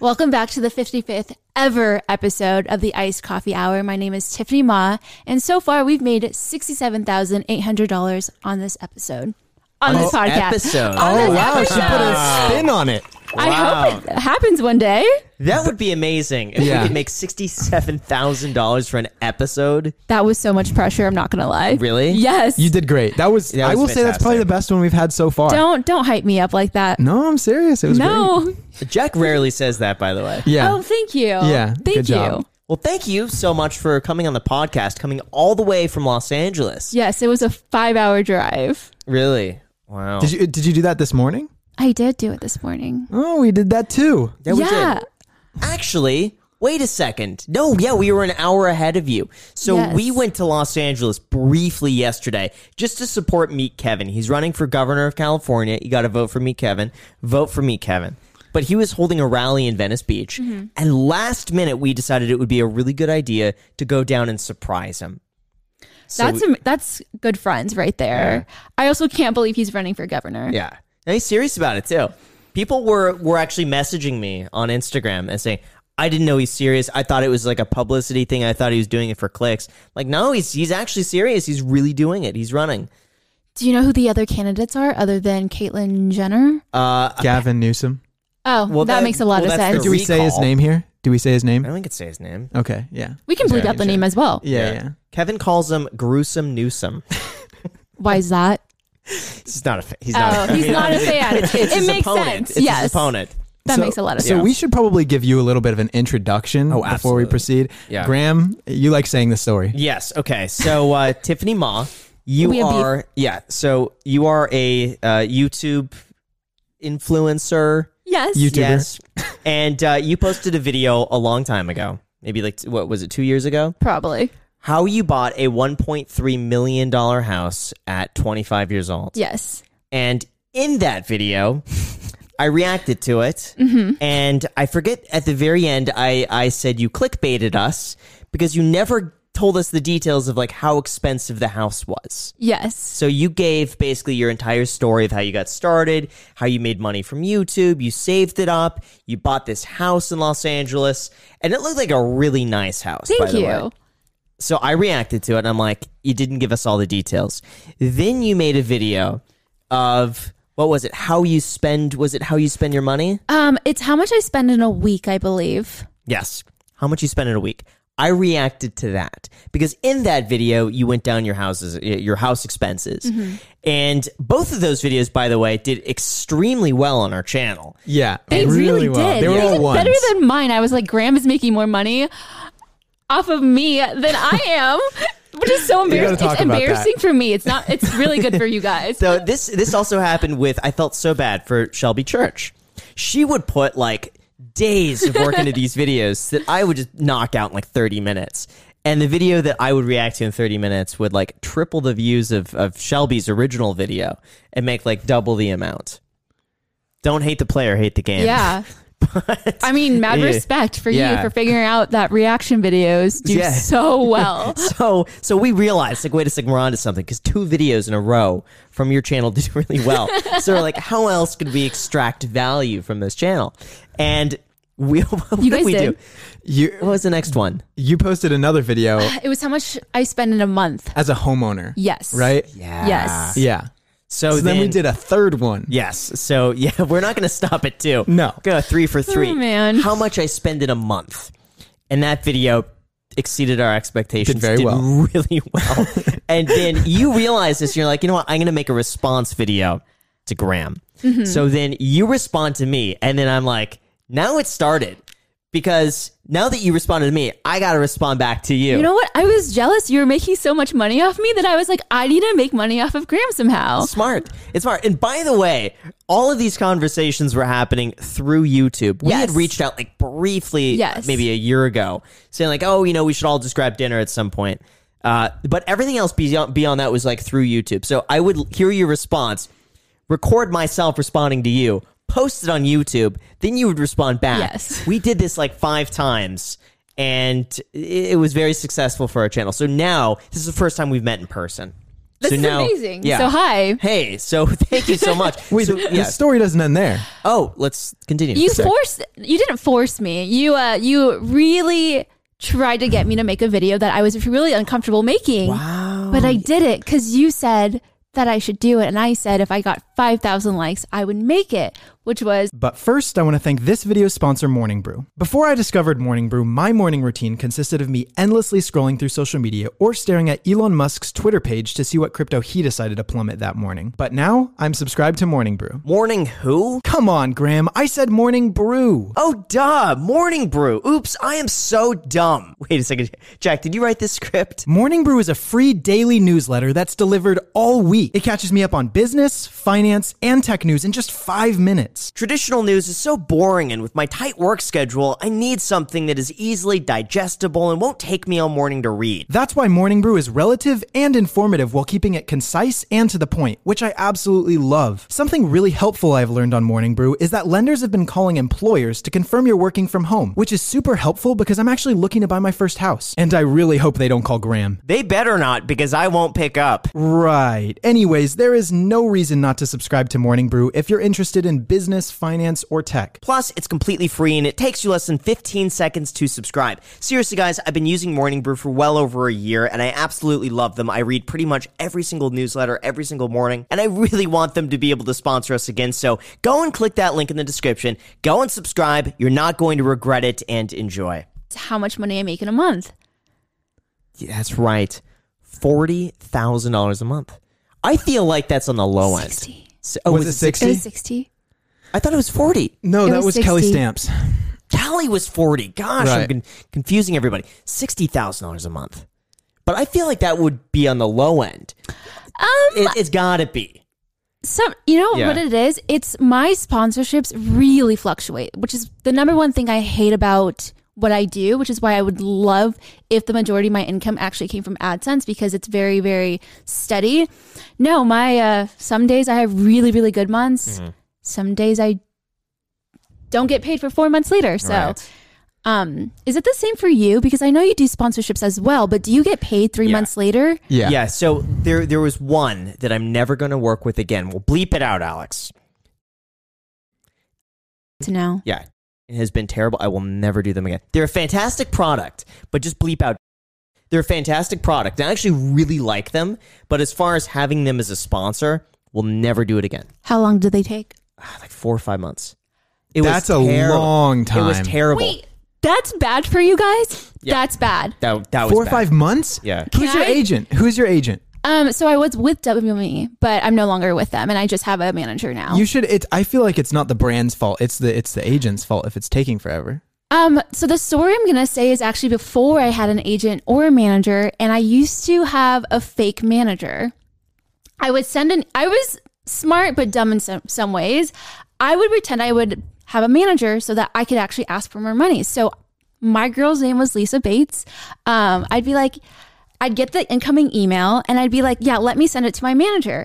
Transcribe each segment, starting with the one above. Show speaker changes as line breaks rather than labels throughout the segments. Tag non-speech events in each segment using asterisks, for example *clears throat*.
Welcome back to the 55th ever episode of the Iced Coffee Hour. My name is Tiffany Ma, and so far we've made $67,800 on this episode. On this
this
podcast.
episode.
On
Oh
this
wow, she put
episode.
a spin on it.
I hope it happens one day.
That would be amazing if
Yeah.
we could make sixty-seven thousand dollars for an episode.
That was so much pressure, I'm not going to lie.
Really?
Yes.
You did great. That was,
That
I
was
will say that's probably
fantastic.
the best one we've had so far.
Don't don't hype me up like that.
No, I'm serious. It was great.
No.
Jack rarely says that, by the way.
Yeah.
Oh, thank you.
Yeah,
Thank you.
good job.
Well, thank you so much for coming on the podcast, coming all the way from Los Angeles.
Yes, it was a five hour drive.
Really? Wow.
Did you did you do that this morning?
I did do it this morning.
Oh, we did that too.
Yeah, we did.
yeah.
Actually, wait a second. No, yeah, we were an hour ahead of you. So
Yes.
we went to Los Angeles briefly yesterday just to support Meet Kevin. He's running for governor of California. You got to vote for Meet Kevin. Vote for Meet Kevin. But he was holding a rally in Venice Beach. And last minute, we decided it would be a really good idea to go down and surprise him. So
that's
we-
am- that's good friends right there. I also can't believe he's running for governor.
Yeah. And he's serious about it too. People were were actually messaging me on Instagram and saying, I didn't know he's serious. I thought it was like a publicity thing. I thought he was doing it for clicks. Like, no, he's he's actually serious. He's really doing it. He's running.
Do you know who the other candidates are other than Caitlyn Jenner?
Uh
Gavin Newsom.
Oh,
Well,
that,
that-
makes a lot
well,
of
that's the
sense.
Do we say his
Recall.
name here? Do we say his
I
name?
don't think it's say his name.
Okay. Yeah.
we can bleep out the name as well.
Yeah. Yeah.
Kevin calls him gruesome Newsome.
Why is that?
*laughs* he's not a fa- he's not a *laughs*
Oh, he's not a fan.
it's
it
his
makes
opponent.
sense.
It's
yes,
his opponent.
that
So-
makes a lot of
So
sense.
we should probably give you a little bit of an introduction before we
absolutely.
proceed.
Yeah.
Graham, you like saying this story.
Yes. Okay. So uh, *laughs* Tiffany Ma,
We
you
have beef.
are yeah. So you are a uh, YouTube influencer.
yes,
You- YouTuber.
Yes. and uh, you posted a video a long time ago, maybe like what was it, two years ago?
probably.
How you bought a 1.3 million dollar house at 25 years old,
Yes,
and in that video. I reacted to it, and I forget at the very end. I, I said you clickbaited us because you never told us the details of like how expensive the house was.
yes,
So you gave basically your entire story of how you got started, how you made money from YouTube, you saved it up, you bought this house in Los Angeles, and it looked like a really nice house. by
thank
the
you.
way. So I reacted to it and I'm like, you didn't give us all the details. Then you made a video of what was it? How you spend was it how you spend your money?
Um, it's how much I spend in a week, I believe.
Yes. How much you spend in a week? I reacted to that because in that video you went down your houses, your house expenses, and both of those videos, by the way, did extremely well on our channel.
Yeah.
They really,
well.
did.
They were all
did
ones.
better than mine. I was like, Graham is making more money off of me than I am, which is so
gotta
embarrassing.
talk
It's
about
embarrassing for me. It's not. It's really good for you
*laughs*
guys.
So this this also happened with I felt so bad for Shelby Church. She would put like days of work
*laughs*
into these videos that I would just knock out in like 30 minutes. And the video that I would react to in 30 minutes would like triple the views of, of Shelby's original video and make like double the amount. Don't hate the player, hate the game. *laughs*
yeah. I mean, mad
Yeah.
respect for you
Yeah.
for figuring out that reaction videos do
Yeah.
so well.
*laughs* So so we realized like wait a second we're onto something because two videos in a row from your channel *laughs* did really well. so we're like how else could we extract value from this channel? And we *laughs* what
You
did
guys
we
did.
do?
You
What was the next one?
you posted another video
*laughs* It was how much I spend in a month.
as a homeowner.
Uh, Yes.
Right?
Yeah.
Yes.
Yeah.
So,
So then, we did a third one.
Yes. So *laughs* yeah, we're not going to stop at two.
No.
Go three for three.
Oh, man.
How much I spend in a month, and that video exceeded our expectations.
Did very well.
*laughs* Really well. and then you realize this. You're like, you know what? I'm going to make a response video to Graham.
Mm-hmm.
So then you respond to me, and then I'm like, now it started because now that you responded to me, I got to respond back to you.
You know what? I was jealous. You were making so much money off me that I was like, I need to make money off of Graham somehow.
Smart. It's smart. And by the way, all of these conversations were happening through YouTube. We had
Yes.
reached out like briefly, uh,
Yes.
maybe a year ago, saying like, "Oh, you know, we should all just grab dinner at some point." Uh, but everything else beyond beyond that was like through YouTube. So I would hear your response, record myself responding to you, post it on YouTube, then you would respond back.
Yes. *laughs*
We did this like five times. And it it was very successful for our channel. So now this is the first time we've met in person.
This
so
is
now,
amazing.
Yeah.
So hi.
Hey, so *laughs* thank you so much.
Wait,
so,
the,
yeah.
the story doesn't end there.
oh, let's continue.
You
Sorry.
forced you didn't force me. You uh you really tried to get me to make a video that I was really uncomfortable making.
Wow.
But I did it cuz you said that I should do it and I said if I got 5000 likes I would make it, which was
But first, I want to thank this video's sponsor, Morning Brew. Before I discovered Morning Brew, my morning routine consisted of me endlessly scrolling through social media or staring at Elon Musk's Twitter page to see what crypto he decided to plummet that morning. But now, I'm subscribed to Morning Brew.
Morning who?
Come on, Graham, I said Morning Brew.
Oh, duh. Morning brew. Oops, I am so dumb. *laughs* Wait a second. Jack, did you write this script?
Morning Brew is a free daily newsletter that's delivered all week. It catches me up on business, finance, and tech news in just five minutes.
Traditional news is so boring, and with my tight work schedule, I need something that is easily digestible and won't take me all morning to read.
That's why Morning Brew is relative and informative while keeping it concise and to the point, which I absolutely love. Something really helpful I've learned on Morning Brew is that lenders have been calling employers to confirm you're working from home, which is super helpful because I'm actually looking to buy my first house. And I really hope they don't call Graham.
They better not, because I won't pick up.
Right. Anyways, there is no reason not to subscribe to Morning Brew if you're interested in business, finance, or tech.
Plus, it's completely free and it takes you less than 15 seconds to subscribe. Seriously, guys, I've been using Morning Brew for well over a year and I absolutely love them. I read pretty much every single newsletter every single morning, and I really want them to be able to sponsor us again. So go and click that link in the description. Go and subscribe. You're not going to regret it and enjoy.
how much money I make in a month.
Yeah, that's right. $40,000 a month. I feel like that's on the low end.
60.
So- oh,
Was it 60?
It was 60
I thought it was 40.
No,
It
that
was
was Kelly
60.
Stamps.
Cali was 40. Gosh, I'm
Right.
con- confusing everybody. $60,000 a month. But I feel like that would be on the low end.
Um
It, it's got to be.
some you know
Yeah.
what it is? It's my sponsorships really fluctuate, which is the number one thing I hate about what I do, which is why I would love if the majority of my income actually came from AdSense because it's very very steady. No, my uh some days I have really really good months.
Mm-hmm.
Some days I don't get paid for 4 months later. So
Right.
um is it the same for you because I know you do sponsorships as well, but do you get paid 3
Yeah.
months later?
Yeah.
Yeah, so there there was one that I'm never going to work with again. We'll bleep it out, Alex.
To know.
Yeah. It has been terrible. I will never do them again. They're a fantastic product, but just bleep out. They're a fantastic product. and I actually really like them, but as far as having them as a sponsor, we'll never do it again.
How long do they take?
Ah, Like 4 or 5 months. It
That's a
terrible.
long
It was
time.
terrible.
Wait, that's bad for you guys?
Yeah.
That's bad.
That, that was
Four or
bad.
five months?
Yeah.
Who's
Can
your
I-
agent? Who's your agent?
Um, so I was with WME, but I'm no longer with them and I just have a manager now.
You should. It. I feel like it's not the brand's fault. It's the it's the agent's fault if it's taking forever.
um, so the story I'm gonna say is actually before I had an agent or a manager, and I used to have a fake manager. I would send an I was smart but dumb in some, some ways. I would pretend I would have a manager so that I could actually ask for more money. So my girl's name was Lisa Bates. Um, I'd be like, I'd get the incoming email and I'd be like, yeah, let me send it to my manager.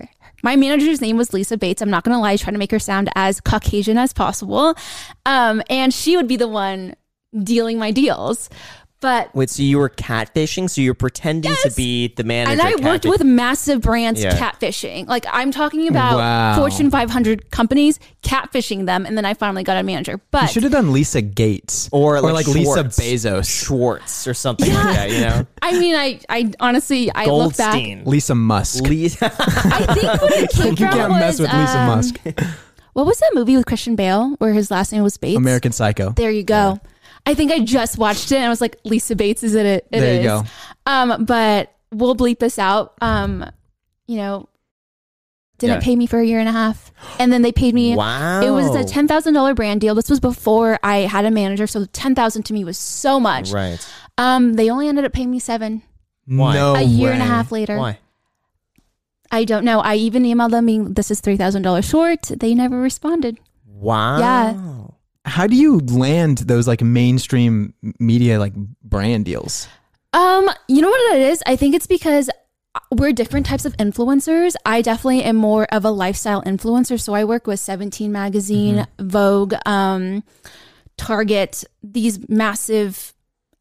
My manager's name was Lisa Bates. I'm not going to lie, I try to make her sound as Caucasian as possible. Um, and she would be the one dealing my deals. But
Wait, so you were catfishing? So you're pretending to be the manager?
and I worked
catfish-
with massive brands
Yeah.
catfishing. Like I'm talking about
Wow.
Fortune 500 companies catfishing them, and then I finally got a manager.
You
But
should have done Lisa Gates
Or like
like,
Schwartz.
Lisa Bezos,
Schwartz or something like that. You know,
I mean, I, I honestly, *laughs* I look back.
Goldstein.
Lisa
*laughs*
Musk.
Lisa.
I think
*laughs*
where it came
you
from
can't
was
mess with Lisa
um,
Musk.
What was that movie with Christian Bale where his last name was Bates?
American Psycho.
There you go. I think I just watched it and I was like, Lisa Bates is in it. It
There you
is.
go.
Um, but we'll bleep this out. Um, you know, didn't
Yeah.
pay me for a year and a half, and then they paid me.
wow.
It was a ten thousand dollar brand deal. This was before I had a manager, so ten thousand to me was so much.
Right.
Um, they only ended up paying me seven
Why?
No
a year and a
way.
half later.
Oh, Why?
I don't know. I even emailed them being this is three thousand dollars short. They never responded.
Wow.
Yeah.
How do you land those like mainstream media like brand deals?
Um, you know what it is? I think it's because uh, we're different types of influencers. I definitely am more of a lifestyle influencer, so I work with Seventeen
Mm-hmm.
magazine, Vogue, um, Target, these massive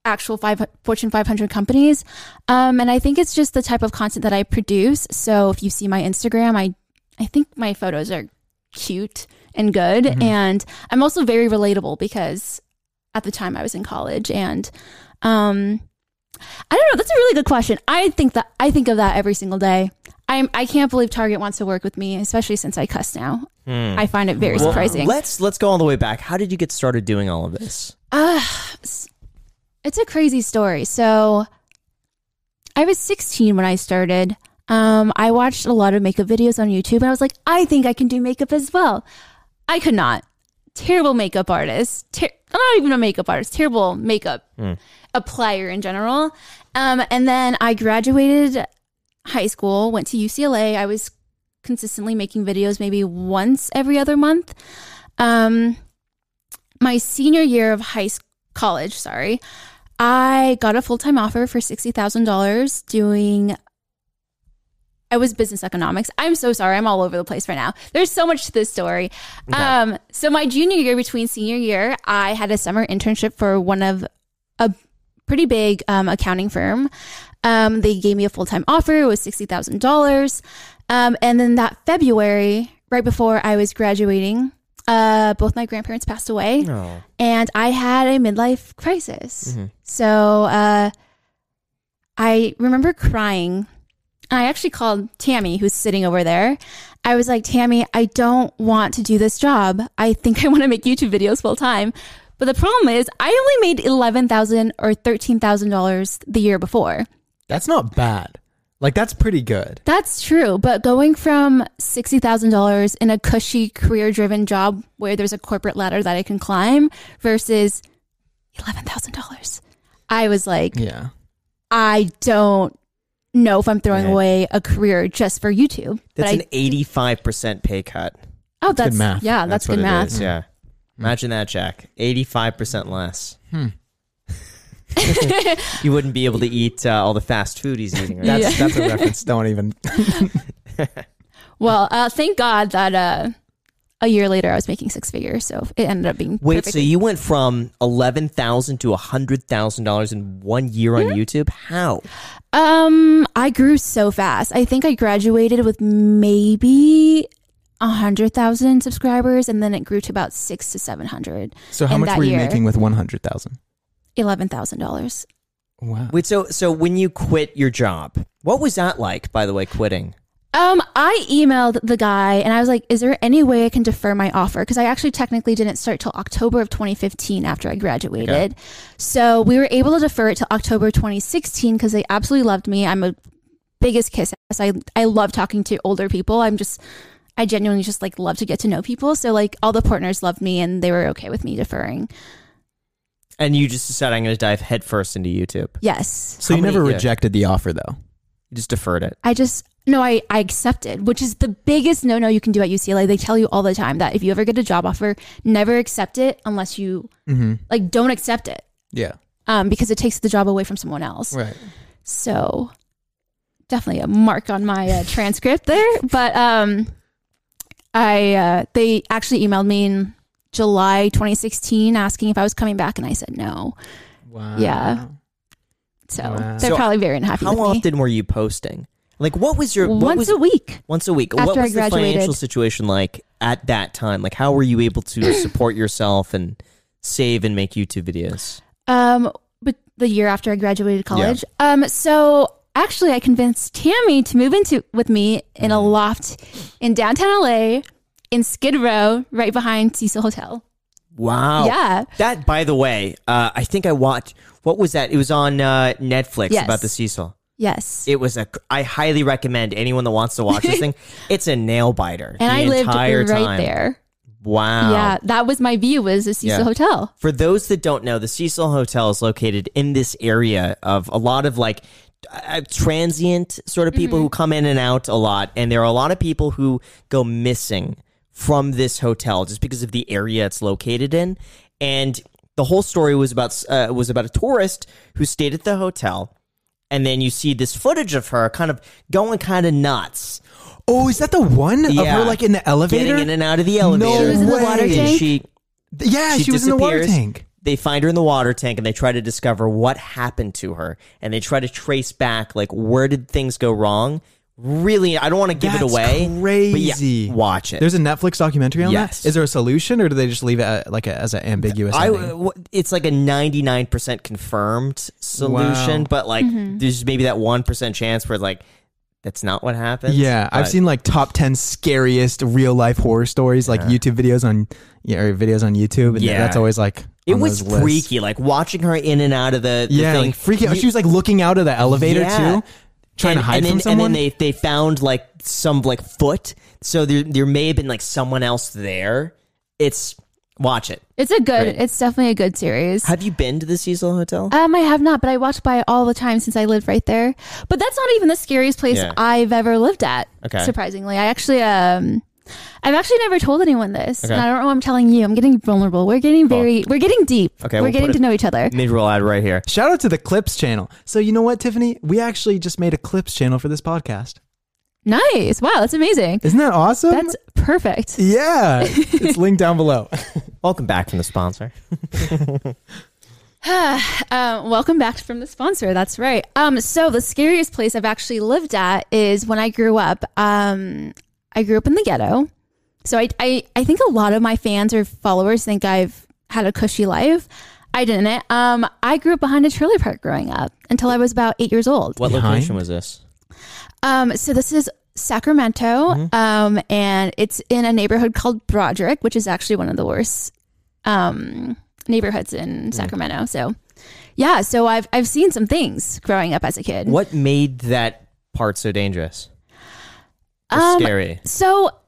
actual five, Fortune 500 companies. Um, and I think it's just the type of content that I produce. So if you see my Instagram, I, I think my photos are cute and good. And I'm also very relatable because at the time I was in college and, um, I don't know. That's a really good question. I think that I think of that every single day. I'm I can't believe Target wants to work with me, especially since I cuss now. I find it very surprising.
Let's let's go all the way back. How did you get started doing all of this?
It's a crazy story. So I was 16 when I started. Um, I watched a lot of makeup videos on YouTube and I was like, I think I can do makeup as well. I could not. Terrible makeup artist. Ter- not even a makeup artist. Terrible makeup applier in general. Um, and then I graduated high school, went to UCLA. I was consistently making videos maybe once every other month. Um, my senior year of high school, college, sorry, I got a full time offer for sixty thousand dollars doing. I was business economics. I'm so sorry. I'm all over the place right now. There's so much to this story. Um, so my junior year between senior year, I had a summer internship for one of a pretty big um, accounting firm. Um, they gave me a full time offer. It was sixty thousand dollars. Um, and then that February, right before I was graduating, uh, both my grandparents passed away, and I had a midlife crisis. So uh, I remember crying. I actually called Tammy, who's sitting over there. I was like, Tammy, I don't want to do this job. I think *laughs* I want to make YouTube videos full time. But the problem is, I only made eleven thousand or thirteen thousand dollars the year before.
That's not bad. Like that's pretty good.
That's true, but going from sixty thousand dollars in a cushy career-driven job where there's a corporate ladder that I can climb versus eleven thousand dollars, I was like,
Yeah.
I don't know if I'm throwing
Yeah.
away a career just for YouTube.
That's
but
an eighty-five percent pay cut.
I, oh, that's
math.
Yeah, that's,
what
good
it
math.
is, Yeah, imagine that, Jack. Eighty-five percent less. *laughs* you wouldn't be able to eat uh, all the fast food he's
*laughs*
eating. Right?
That's that's a reference. Don't even
Well, uh, thank God that uh, a year later I was making six figures, so it ended up being
Wait, so
perfectly-
you went from eleven thousand to hundred thousand dollars in one year on YouTube? How?
Um, I grew so fast. I think I graduated with maybe a hundred thousand subscribers, and then it grew to about six to seven hundred.
So how
And
much
that
were you
year-
making with one hundred thousand?
Eleven thousand dollars.
Wow.
Wait, so so when you quit your job, what was that like? By the way, quitting.
Um, I emailed the guy and I was like, "Is there any way I can defer my offer?" Because I actually technically didn't start till October of 2015 after I graduated. So we were able to defer it till October 2016 because they absolutely loved me. I'm a biggest kiss ass. I I love talking to older people. I'm just I genuinely just like love to get to know people. So like all the partners loved me and they were okay with me deferring.
And you just decided I'm going to dive headfirst into YouTube.
Yes,
How
So you
many-
never
yeah.
rejected the offer though.
You just deferred it.
I just no, I I accepted, which is the biggest no no you can do at UCLA. They tell you all the time that if you ever get a job offer, never accept it unless you like don't accept it,
Yeah.
um, because it takes the job away from someone else.
Right.
So definitely a mark on my uh, transcript there. But um, I uh, they actually emailed me in July 2016 asking if I was coming back, and I said no.
Wow.
Yeah. So
Wow.
they're
So
probably very unhappy.
How
with me.
often were you posting? Like, what was your what
Once
was,
a week.
once a week? what
After I
was the
graduated.
financial situation like at that time? Like, how were you able
*clears throat*
to support yourself and save and make YouTube videos?
um but the year after I graduated college. Um so actually I convinced Tammy to move into with me in
Mm.
a loft in downtown LA in Skid Row right behind Cecil Hotel.
Wow.
Yeah.
That, by the way, uh, I think I watched. What was that? It was on uh, Netflix
Yes.
about the Cecil.
Yes.
It was a. I highly recommend anyone that wants to watch
*laughs*
this thing. It's a nail biter.
and
the
I lived
entire
right
time.
there.
Wow.
Yeah, that was my view was the Cecil
Yeah.
Hotel.
For those that don't know, the Cecil Hotel is located in this area of a lot of like uh, transient sort of people
Mm-hmm.
who come in and out a lot. And there are a lot of people who go missing from this hotel just because of the area it's located in. And the whole story was about uh, was about a tourist who stayed at the hotel. And then you see this footage of her kind of going kind of nuts,
Oh, is that the one of
Yeah.
her like in the elevator?
getting in and out of the elevator.
She was in the water
way.
And
tank?
she
yeah, she, was in the water
disappears.
tank.
they find her in the water tank and they try to discover what happened to her and they try to trace back like where did things go wrong. Really, I don't want to give it
That's
away. but yeah,
crazy.
watch it.
There's a Netflix documentary on
Yes.
that. Is there a solution, or do they just leave it at, like a, as an ambiguous?
I,
ending?
w- it's like a 99% confirmed solution,
Wow.
but like there's maybe that 1% chance where like that's not what happened.
Yeah, I've seen like top ten scariest real life horror stories, like YouTube videos on yeah, or videos on YouTube, and
Uh-huh. Yeah.
that's always like
It
on
was
those lists.
freaky, like watching her in and out of the, the
Yeah,
thing.
like freaky.
You-
she was like looking out of the elevator
Yeah.
too, trying
and-
to hide
and then,
from someone.
And then they, they found like some like foot, so there there may have been like someone else there. It's watch it.
It's a good. It's definitely a good series.
Have you been to the Cecil Hotel?
Um, I have not, but I walked by it all the time since I lived right there. But that's not even the scariest place
Yeah.
I've ever lived at.
Okay.
Surprisingly, I actually um, I've actually never told anyone this,
Okay.
and I don't know. why I'm telling you. I'm getting vulnerable. We're getting very. We're getting deep.
Okay,
We're
we'll
getting
put
to
it-
know each other.
Mid roll ad right here.
Shout out to the Clips channel.
So you know what, Tiffany? We actually just made a clips channel for this podcast.
Nice. Wow. That's amazing.
Isn't that awesome?
Um,
That's perfect.
*laughs* yeah, it's linked down below.
Welcome back from the sponsor.
Um, welcome back from the sponsor. That's right. Um, so the scariest place I've actually lived at is when I grew up. Um, I grew up in the ghetto. So I, I, I think a lot of my fans or followers think I've had a cushy life. I didn't. Um, I grew up behind a trailer park growing up until I was about eight years old.
What
Behind?
location was this?
Um, so this is Sacramento,
Mm-hmm.
um, and it's in a neighborhood called Broderick, which is actually one of the worst um, neighborhoods
Mm.
in Sacramento. So, yeah, so I've I've seen some things growing up as a kid.
What made that part so dangerous? Or
Um,
scary.
So. *laughs*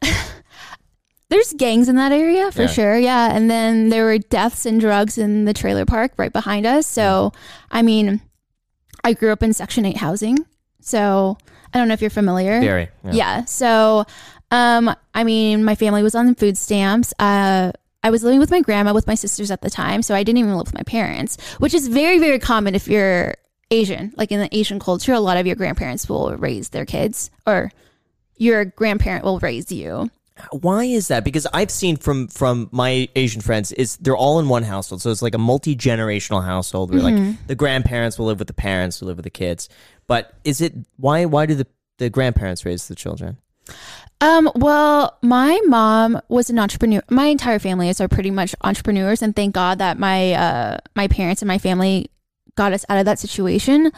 There's gangs in that area for
Yeah.
sure, yeah. And then there were deaths and drugs in the trailer park right behind us. So,
Mm.
I mean, I grew up in Section 8 housing. So, I don't know if you're familiar.
Scary.
Yeah. So, um, I mean, my family was on food stamps. Uh, I was living with my grandma with my sisters at the time, so I didn't even live with my parents, which is very, very common if you're Asian. Like in the Asian culture, a lot of your grandparents will raise their kids, or your grandparent will raise you.
why is that because i've seen from from my asian friends is they're all in one household so it's like a multi-generational household where
Mm-hmm.
like the grandparents will live with the parents who live with the kids but is it why why do the the grandparents raise the children
Um, well, my mom was an entrepreneur. My entire family is are pretty much entrepreneurs, and thank God that my uh, my parents and my family got us out of that situation.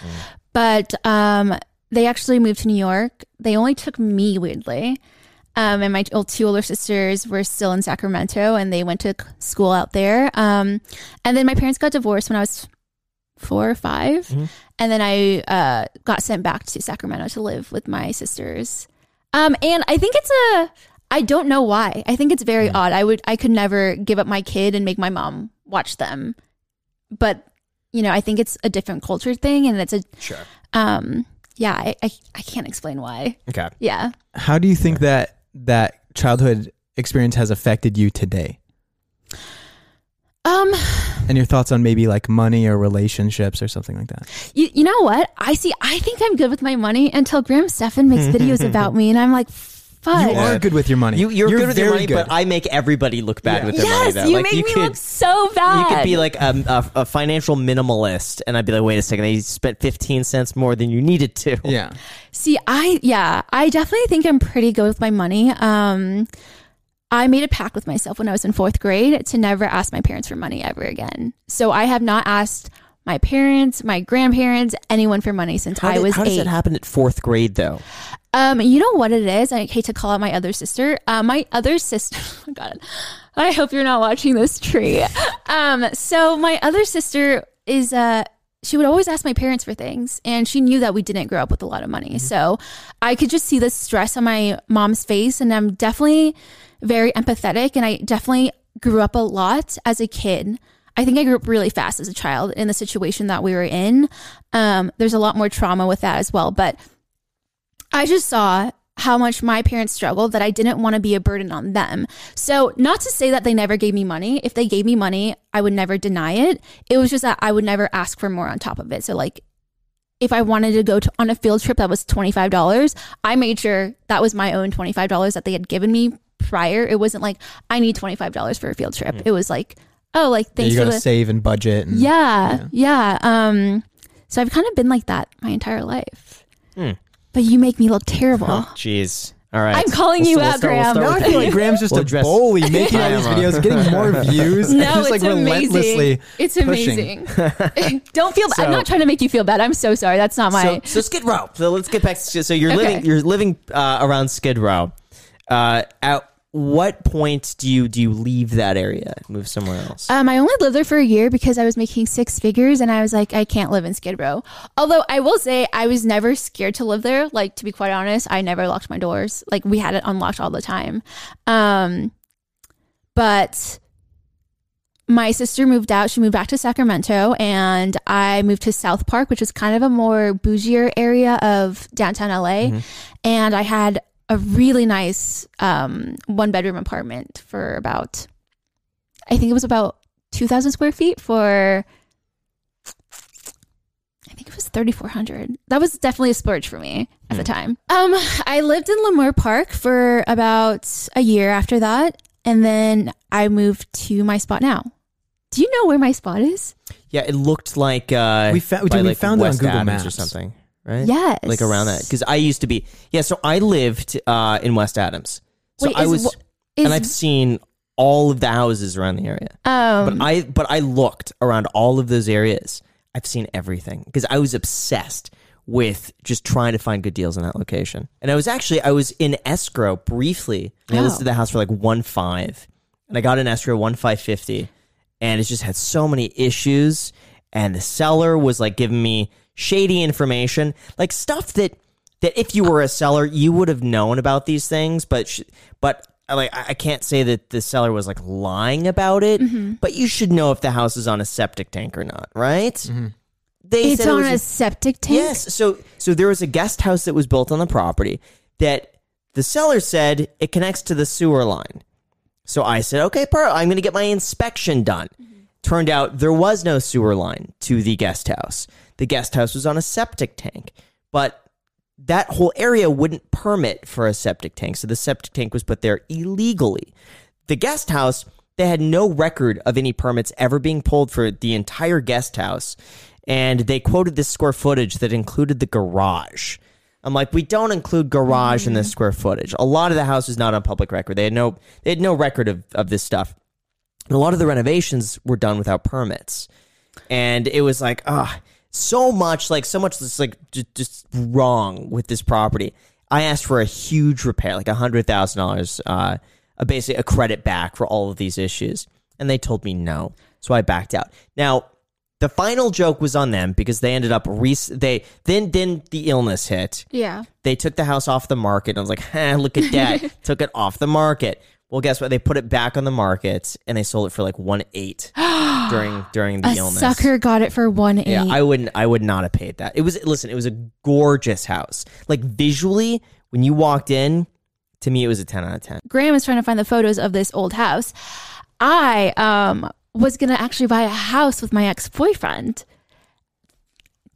But um, they actually moved to New York. They only took me weirdly, um, and my ol- two older sisters were still in Sacramento, and they went to c- school out there. Um, and then my parents got divorced when I was four or 5 and then I uh, got sent back to Sacramento to live with my sisters. Um, and I think it's a I don't know why. I think it's very
Hmm.
odd. I would I could never give up my kid and make my mom watch them. But you know, I think it's a different culture thing and it's a
sure
um yeah, I I, I can't explain why.
okay
Yeah.
How do you think that that childhood experience has affected you today,
Um
and your thoughts on maybe like money or relationships or something like that?
you, you know what? I see I think I'm good with my money until Graham Stefan
*laughs*
makes videos about me and I'm like fuck.
You are good with your money.
you, you're, good with your
very
money
good.
but i make everybody look bad with their money
yes,
though
you
like
make me
could
look so bad.
you could be like um, a, a financial minimalist, and I'd be like, "Wait a second, they spent fifteen cents more than you needed to."
yeah.
See, I yeah, I definitely think I'm pretty good with my money. Um I made a pact with myself when I was in 4th grade to never ask my parents for money ever again. So I have not asked my parents, my grandparents, anyone for money since
How,
I
did-
was
how does
8.
that happen at fourth grade, though?
Um, you know what it is? I hate to call out my other sister. Uh, my other sister, *laughs* oh my God, I hope you're not watching this tree. Um, so my other sister is, uh, she would always ask my parents for things, and she knew that we didn't grow up with a lot of money. So I could just see the stress on my mom's face, and I'm definitely very empathetic, and I definitely grew up a lot as a kid. I think I grew up really fast as a child in the situation that we were in. Um, there's a lot more trauma with that as well, but I just saw how much my parents struggled that I didn't want to be a burden on them. So, not to say that they never gave me money. If they gave me money, I would never deny it. It was just that I would never ask for more on top of it. So, like, if I wanted to go to, on a field trip that was $25, I made sure that was my own $25 that they had given me prior. It wasn't like I need $25 for a field trip. It was like oh, like
Hmm. Yeah,
thanks
you
for
gotta
the
save and budget.
Mm.
And,
yeah, yeah, Um, so I've kind of been like that my entire life.
Hmm.
But you make me look terrible.
Jeez. All right.
*laughs* I'm calling you out, Graham.
start
Now I
with
feel
that. *laughs*
like Graham's just
We'll
a
address-
bully *laughs* making all these
I am a-
videos, *laughs* getting more views.
No,
just like
it's
relentlessly.
amazing. It's
pushing.
amazing. *laughs* Don't feel. bad. I'm
*laughs*
not trying to make you feel bad. I'm so sorry. That's not my.
So, so Skid Row. So let's get back. To, so you're
Okay.
living you're living uh, around Skid Row. Uh, at what point do you do you leave that area, and move somewhere else?
Um, I only lived there for a year because I was making six figures and I was like, I can't live in Skid Row. Although I will say I was never scared to live there. Like, to be quite honest, I never locked my doors. Like, we had it unlocked all the time. Um, but my sister moved out. She moved back to Sacramento and I moved to South Park, which is kind of a more bougier area of downtown LA. And I had a really nice um, one bedroom apartment for about I think it was about 2,000 square feet for, I think it was 3,400. That was definitely a splurge for me at the
Hmm.
time. Um, I lived in Lemoore Park for about a year after that. And then I moved to my spot now. Do you know where my spot is?
yeah, it looked like uh,
We found-
by,
dude, we
like,
found it on
West
Google
Adams or
Maps.
something, right?
Yes.
Eh, like around that. Because I used to be yeah. So I lived uh, in West Adams. So
Wait,
I
is
was,
wh-
and I've
Is,
seen all of the houses around the area.
um,
But I but I looked around all of those areas. I've seen everything because I was obsessed with just trying to find good deals in that location. And I was actually I was in escrow briefly. And I
Oh.
listed the house for like one five, and I got an escrow one five fifty, and it just had so many issues. And the seller was like giving me shady information, like stuff that that if you were a seller, you would have known about these things. But sh- but uh, like I I can't say that the seller was like lying about it.
Mm-hmm.
But you should know if the house is on a septic tank or not, right? They
it's
said it
on
was
a septic tank.
Yes. So so there was a guest house that was built on the property that the seller said it connects to the sewer line. So I said, okay, per- I'm going to get my inspection done. Turned out there was no sewer line to the guest house. The guest house was on a septic tank, but that whole area wouldn't permit for a septic tank. So the septic tank was put there illegally. The guest house, they had no record of any permits ever being pulled for the entire guest house. And they quoted this square footage that included the garage. I'm like, we don't include garage in this square footage. A lot of the house is not on public record. They had no they had no record of, of this stuff. And a lot of the renovations were done without permits and it was like ah so much like so much that's like just, just wrong with this property i asked for a huge repair like a hundred thousand dollars uh uh, basically a credit back for all of these issues and they told me no so i backed out now the final joke was on them because they ended up re- they then then the illness hit
Yeah.
they took the house off the market. I was like, "Ha, look
*laughs*
at that. took it off the market. Well, guess what? They put it back on the market and they sold it for like one
*gasps*
eight during during the
A
illness.
sucker got it for one eight.
Yeah, I wouldn't. I would not have paid that. It was listen. It was a gorgeous house. Like visually, when you walked in, to me, it was a ten out of ten.
Graham is trying to find the photos of this old house. I um was gonna actually buy a house with my ex boyfriend.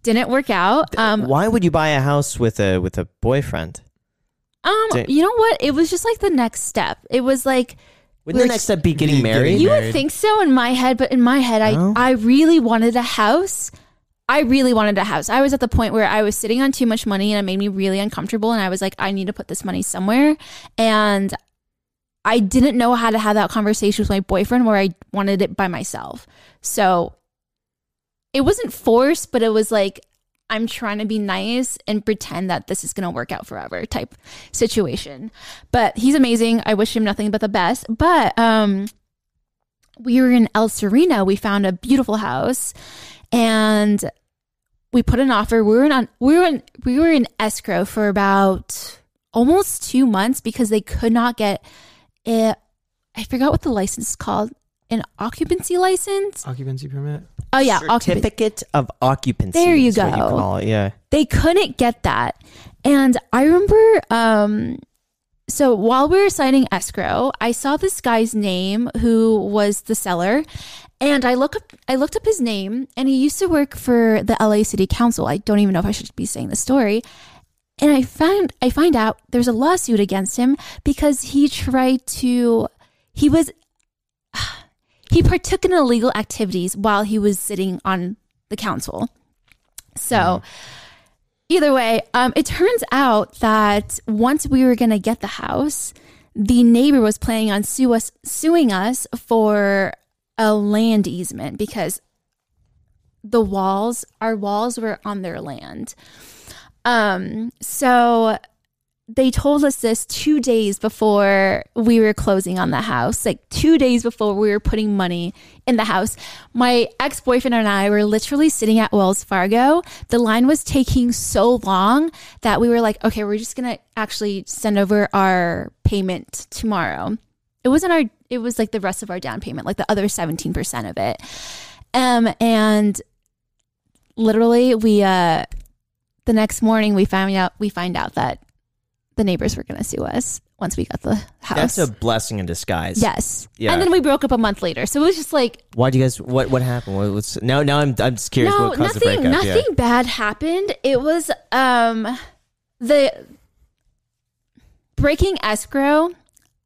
Didn't work out. Um,
Why would you buy a house with a with a boyfriend?
um,
Did-
you know what? It was just like the next step. It was like
Wouldn't the next step be getting
Getting
married?
you would
married.
think so in my head, but in my head, I
No?
I really wanted a house. I really wanted a house. I was at the point where I was sitting on too much money, and it made me really uncomfortable. And I was like, I need to put this money somewhere, and I didn't know how to have that conversation with my boyfriend where I wanted it by myself. So it wasn't forced, but it was like I'm trying to be nice and pretend that this is going to work out forever type situation. But he's amazing. I wish him nothing but the best. But um we were in El Sereno. We found a beautiful house and we put an offer. We were in on we were in we were in escrow for about almost 2 months because they could not get it I forgot what the license is called. An occupancy license?
Occupancy permit.
Oh yeah, occupancy
certificate of occupancy.
There you
is what
go.
call it. Yeah.
they couldn't get that. And I remember, um, so while we were signing escrow, I saw this guy's name who was the seller, and I look up, I looked up his name, and he used to work for the LA City Council. I don't even know if I should be saying this story. And I found I find out there's a lawsuit against him because he tried to he was *sighs* He partook in illegal activities while he was sitting on the council. So, either way, um, it turns out that once we were going to get the house, the neighbor was planning on sue us, suing us for a land easement because the walls, our walls were on their land. Um, so they told us this two days before we were closing on the house, like two days before we were putting money in the house. My ex boyfriend and I were literally sitting at Wells Fargo. The line was taking so long that we were like, okay, we're just going to actually send over our payment tomorrow. It wasn't our, it was like the rest of our down payment, like the other 17% of it. Um, and literally we, uh, the next morning we found out, we find out that the neighbors were going to sue us once we got the house.
That's a blessing in disguise.
yes.
Yeah.
And then we broke up a month later. So it was just like,
Why do you guys? What what happened? What, what's now? Now I'm I'm just curious.
no,
what caused
nothing,
the breakup? Yeah.
nothing bad happened. It was, um, the breaking escrow.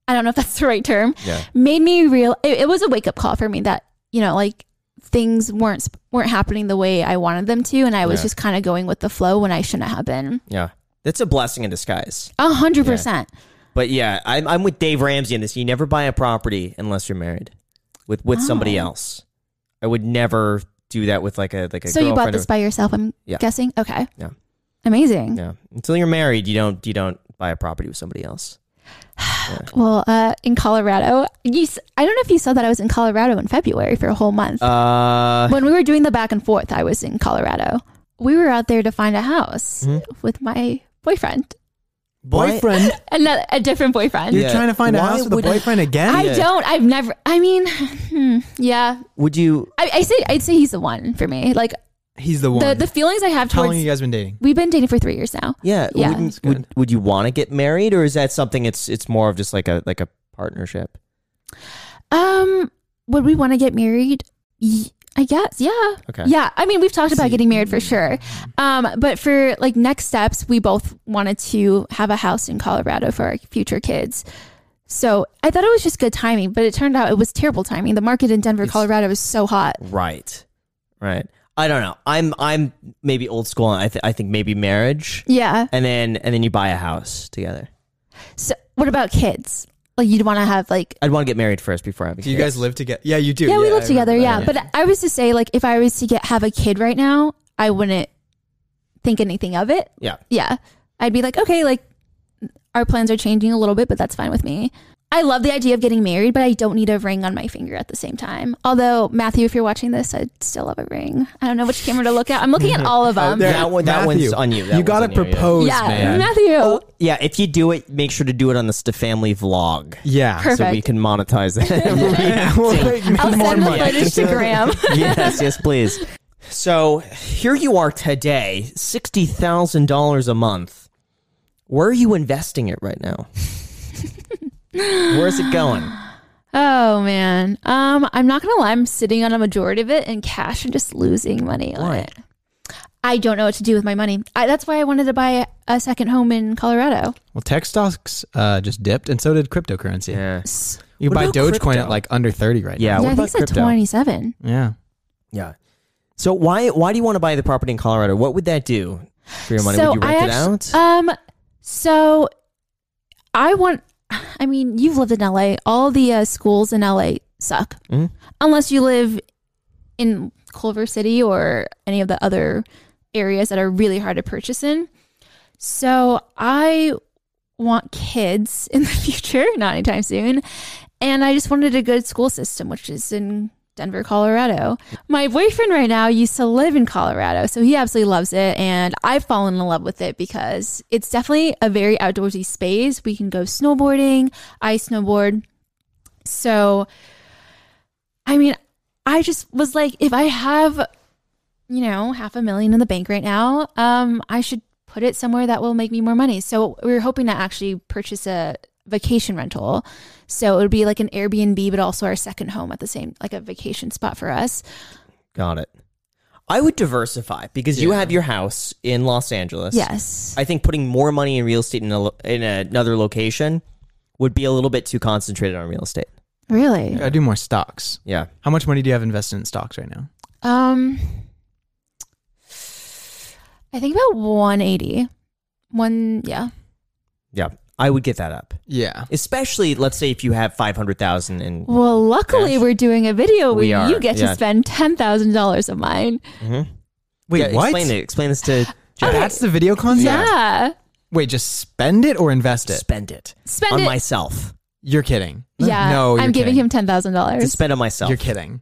I don't know if that's the right term.
Yeah.
Made me real. It, it was a wake up call for me that, you know, like things weren't, sp- weren't happening the way I wanted them to. And I was
Yeah.
just kind of going with the flow when I shouldn't have been.
Yeah, that's a blessing in disguise.
A hundred percent.
But yeah, I'm I'm with Dave Ramsey in this. You never buy a property unless you're married with with somebody
Oh.
else. I would never do that with like a like a
So you bought
girlfriend.
this by yourself, I'm
Yeah.
guessing. Okay.
Yeah.
Amazing.
or, yeah, until you're married, you don't you don't buy a property with somebody else.
Well, uh, in Colorado, you, s- I don't know if you saw that I was in Colorado in February for a whole month.
Uh,
when we were doing the back and forth, I was in Colorado. We were out there to find a house
Mm-hmm.
with my boyfriend,
Boyfriend,
another a different boyfriend.
*laughs* you're
Yeah.
trying to find a
Why
house with a
would-
boyfriend again?
I don't. I've never. I mean, hmm, yeah.
would you?
I, I say I'd say he's the one for me. Like
He's the one.
the the feelings I have
How long
towards.
have you guys been dating?
We've been dating for three years now.
Yeah,
Yeah.
Wouldn't, would would you want to get married, or is that something? It's it's more of just like a like a partnership.
Um, would we want to get married? Y- I guess, yeah.
Okay.
Yeah, I mean, we've talked about getting married for sure. Um, but for like next steps, we both wanted to have a house in Colorado for our future kids. So I thought it was just good timing, but it turned out it was terrible timing. The market in Denver, Colorado, is so hot.
Right. Right. I don't know. I'm I'm maybe old school. And I th- I think maybe marriage,
Yeah.
and then and then you buy a house together.
So what about kids? Like you'd want to have like
I'd want to get married first before I have a
Do you guys live together? Yeah, you do.
yeah, we
I
live together.
remember
Yeah.
that.
But I was to say like if I was to get have a kid right now, I wouldn't think anything of it.
Yeah.
yeah, I'd be like, okay, like our plans are changing a little bit, but that's fine with me. I love the idea of getting married, but I don't need a ring on my finger at the same time. Although, Matthew, if you're watching this, I'd still love a ring. I don't know which camera to look at. I'm
*laughs*
looking at all of them.
there-
That one- that
Matthew,
one's on you. That
you gotta
one's on you, yeah.
propose,
um, yeah,
man. Oh,
Matthew.
Yeah, if you do it, make sure to do it on the Sta family vlog
yeah.
Perfect.
so we can
*laughs*
monetize *laughs* that.
*laughs*
I'll send the footage to Graham.
yes, yes, please. So here you are today, sixty thousand dollars a month. Where are you investing it
*laughs*
right now? Where's it going?
Oh man, um, I'm not gonna lie. I'm sitting on a majority of it in cash and just losing money on
Why?
it. I don't know what to do with my money. I, that's why I wanted to buy a second home in Colorado.
Well, tech stocks uh, just dipped, and so did cryptocurrency.
Yeah.
You
What
buy
about
Dogecoin
crypto?
at like under thirty right
Yeah. what
now.
yeah, I
about
think it's at
crypto?
27.
Yeah.
Yeah. So why why do you want to buy the property in Colorado? What would that do for your money? would you rent
actu-
it out?
Um, so I want. I mean, you've lived in LA. All the uh, schools in LA suck,
Mhm.
unless you live in Culver City or any of the other areas that are really hard to purchase in. So I want kids *laughs* in the future, not anytime soon, and I just wanted a good school system, which is in. Denver, Colorado. My boyfriend right now used to live in Colorado, so he absolutely loves it. And I've fallen in love with it because it's definitely a very outdoorsy space. We can go snowboarding, I snowboard. So, I mean, I just was like, if I have, you know, half a million in the bank right now, um, I should put it somewhere that will make me more money. So we were hoping to actually purchase a vacation rental. So it would be like an Airbnb, but also our second home at the same, like a vacation spot for us.
Got it. I would diversify because you have your house in Los Angeles.
Yes.
I think putting more money in real estate in, a, lo- in another location would be a little bit too concentrated on real estate.
Really?
I do more stocks.
Yeah.
How much money do you have invested in stocks right now?
Um, I think about 180. One, yeah.
Yeah. I would get that up.
Yeah.
Especially let's say if you have 500,000 and
Well, luckily
Cash.
we're doing a video
We
where
are,
you get
yeah.
to spend ten thousand dollars of mine.
Mm-hmm. Wait,
Yeah,
what?
Explain it. Explain this
*sighs*
to Jack.
That's the video
Yeah,
concept? Wait, just spend it or invest it?
spend it
spend
on
it.
myself.
You're kidding.
yeah,
No, you're
I'm giving
kidding.
him ten thousand
To
dollars.
spend on myself.
You're *laughs* kidding.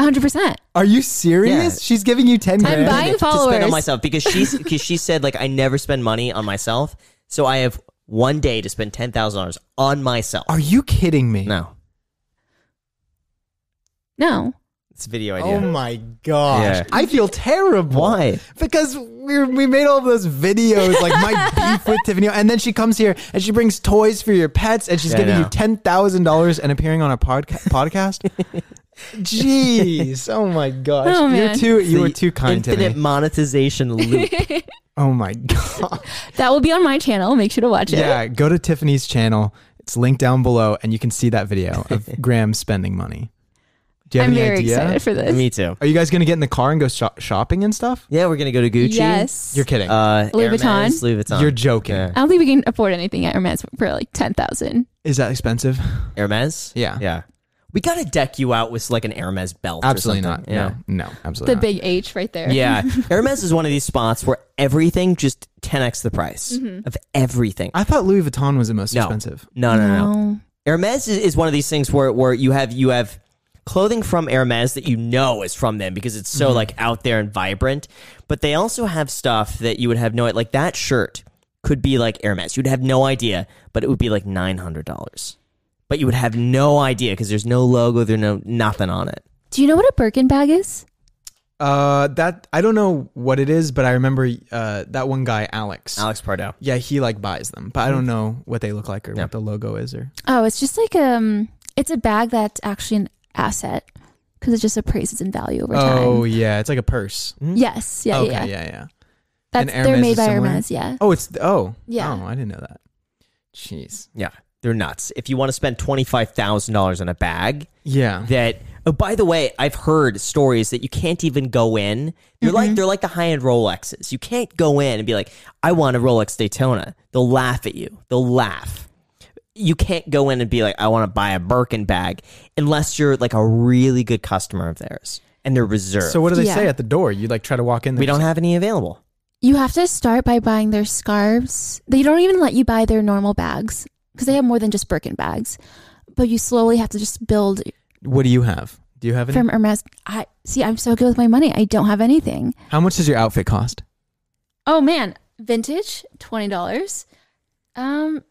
hundred percent.
Are you serious?
Yeah.
She's giving you 10
I'm
grand.
buying
To spend on
followers.
myself because she's because she said like I never spend money on myself, so I have one day to spend ten thousand dollars on myself.
Are you kidding me?
no,
No,
it's a video idea.
Oh my gosh.
Yeah.
I feel terrible.
Why?
Because we we made all those videos,
*laughs*
like my beef with Tiffany. And then she comes here and she brings toys for your pets and she's
Yeah, I
giving you
know.
$10,000 and appearing on
*laughs*
a podca- podcast. Jeez. Oh my gosh.
Oh,
You're
man.
too, you
The
were too kind to
Infinite
me.
monetization
*laughs*
loop.
Oh my gosh.
that will be on my channel. Make sure to watch it.
Yeah, go to Tiffany's channel. It's linked down below, and you can see that video
*laughs*
of Graham spending money. Do you have
I'm
any
very
idea?
excited for this.
Me too.
Are you guys gonna get in the car and go sho- shopping and stuff?
Yeah, we're gonna go to Gucci.
Yes,
You're kidding.
Uh,
Louis
Hermes,
Vuitton?
Louis Vuitton.
You're joking.
Yeah.
I don't think we can afford anything at Hermes for like ten thousand.
Is that expensive?
Hermes.
Yeah.
Yeah. We gotta deck you out with like an Hermes belt. or
Absolutely not.
something. Yeah.
No, no,
The
absolutely not.
big H right there.
Yeah, *laughs* Hermes is one of these spots where everything just 10x the price
Mm-hmm.
of everything.
I thought Louis Vuitton was the most
No.
expensive.
No, no, no.
No.
Hermes is, is one of these things where where you have you have clothing from Hermes that you know is from them because it's so like out there and vibrant, but they also have stuff that you would have no like that shirt could be like Hermes. You'd have no idea, but it would be like nine hundred dollars. But you would have no idea because there's no logo, there's no nothing on it.
Do you know what a Birkin bag is?
Uh, that I don't know what it is, but I remember uh, that one guy, Alex.
Alex Pardo.
Yeah, he like buys them, but I
Mm.
don't know what they look like or
Yeah.
what the logo is. Or
Oh, it's just like um, it's a bag that's actually an asset because it just appraises in value over time.
oh yeah, it's like a purse.
yes, yeah,
okay,
yeah.
yeah, yeah.
That's
And
they're
Hermes
made
is
by
similar?
Hermes. Yeah.
Oh, it's oh
Yeah.
Oh, I didn't know that. Jeez.
Yeah, they're nuts. If you want to spend twenty five thousand dollars on a bag,
Yeah.
that oh, by the way i've heard stories that you can't even go in they're like they're like the high-end rolexes you can't go in and be like i want a rolex daytona they'll laugh at you they'll laugh you can't go in and be like i want to buy a birkin bag unless you're like a really good customer of theirs and they're reserved
So what do they
Yeah.
say at the door? You like try to walk in.
we don't have any available
You have to start by buying their scarves. They don't even let you buy their normal bags because they have more than just Birkin bags. But you slowly have to just build
What do you have? Do you have any?
from Hermes. I see. I'm so good with my money. I don't have anything.
How much does your outfit cost?
Oh man, vintage twenty dollars. Um,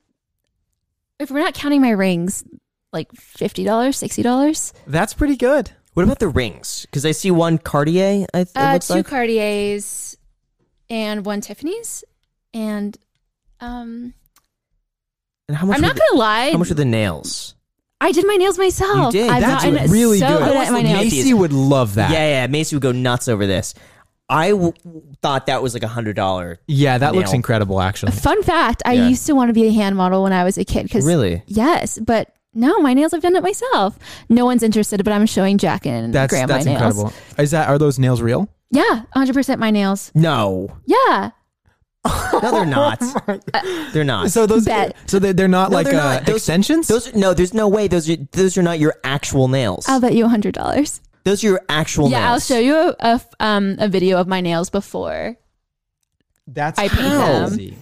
if we're not counting my rings, like fifty dollars, sixty dollars.
That's pretty good.
what about the rings because i see one cartier i th- it
Uh,
looks
two
like
Cartiers and one Tiffany's, and um,
and how much
I'm
were
not
the-
gonna lie.
how much are the nails
I did my nails myself.
You did.
I've
That's
gotten
really
so
good.
good,
I
at my
wasn't
nails.
Macy's.
Macy would love that.
yeah yeah macy would go nuts over this I w- thought that was like a hundred dollar
Yeah, that looks
Nail.
incredible. Actually,
Fun fact: I
Yeah.
used to want to be a hand model when I was a kid. Because
Really?
yes, but no, my nails I've done it myself. No one's interested, but I'm showing Jack and
that's
Graham
that's
my nails.
incredible. Is that are those nails real?
Yeah, 100 percent my nails.
No,
Yeah,
no,
*laughs*
they're not.
Oh
they're not.
Uh, *laughs* So those
Bet.
so they're, they're not
No,
like
they're
uh,
not. Those-
extensions.
those no, there's no way. Those are those are not your actual nails.
I'll bet you hundred dollars.
those are your actual
Yeah,
nails.
I'll show you a, a f- um a video of my nails before.
that's
I paid
how?
them.
you.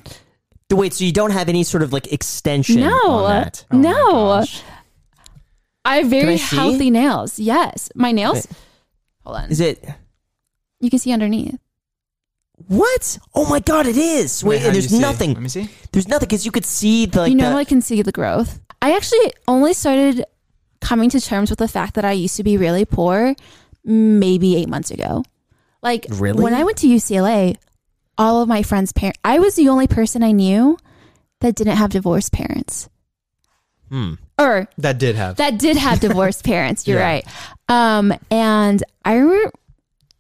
Wait, so you don't have any sort of like extension?
No,
on that?
Oh my
no,
gosh.
I have
Can I
very
see?
healthy nails. Yes, my nails. Hold on,
Is it
you can see underneath.
what? Oh my god, it is. Wait,
how do you
there's
see?
nothing.
Let me see.
There's nothing because you could see the. Like,
you know,
the-
I can see the growth. I actually only started coming to terms with the fact that I used to be really poor maybe eight months ago. Like,
Really?
when I went to UCLA, all of my friends' parents, I was the only person I knew that didn't have divorced parents.
Hmm.
Or
That did have.
that did have
*laughs*
divorced parents. You're
Yeah.
right. Um, and I re-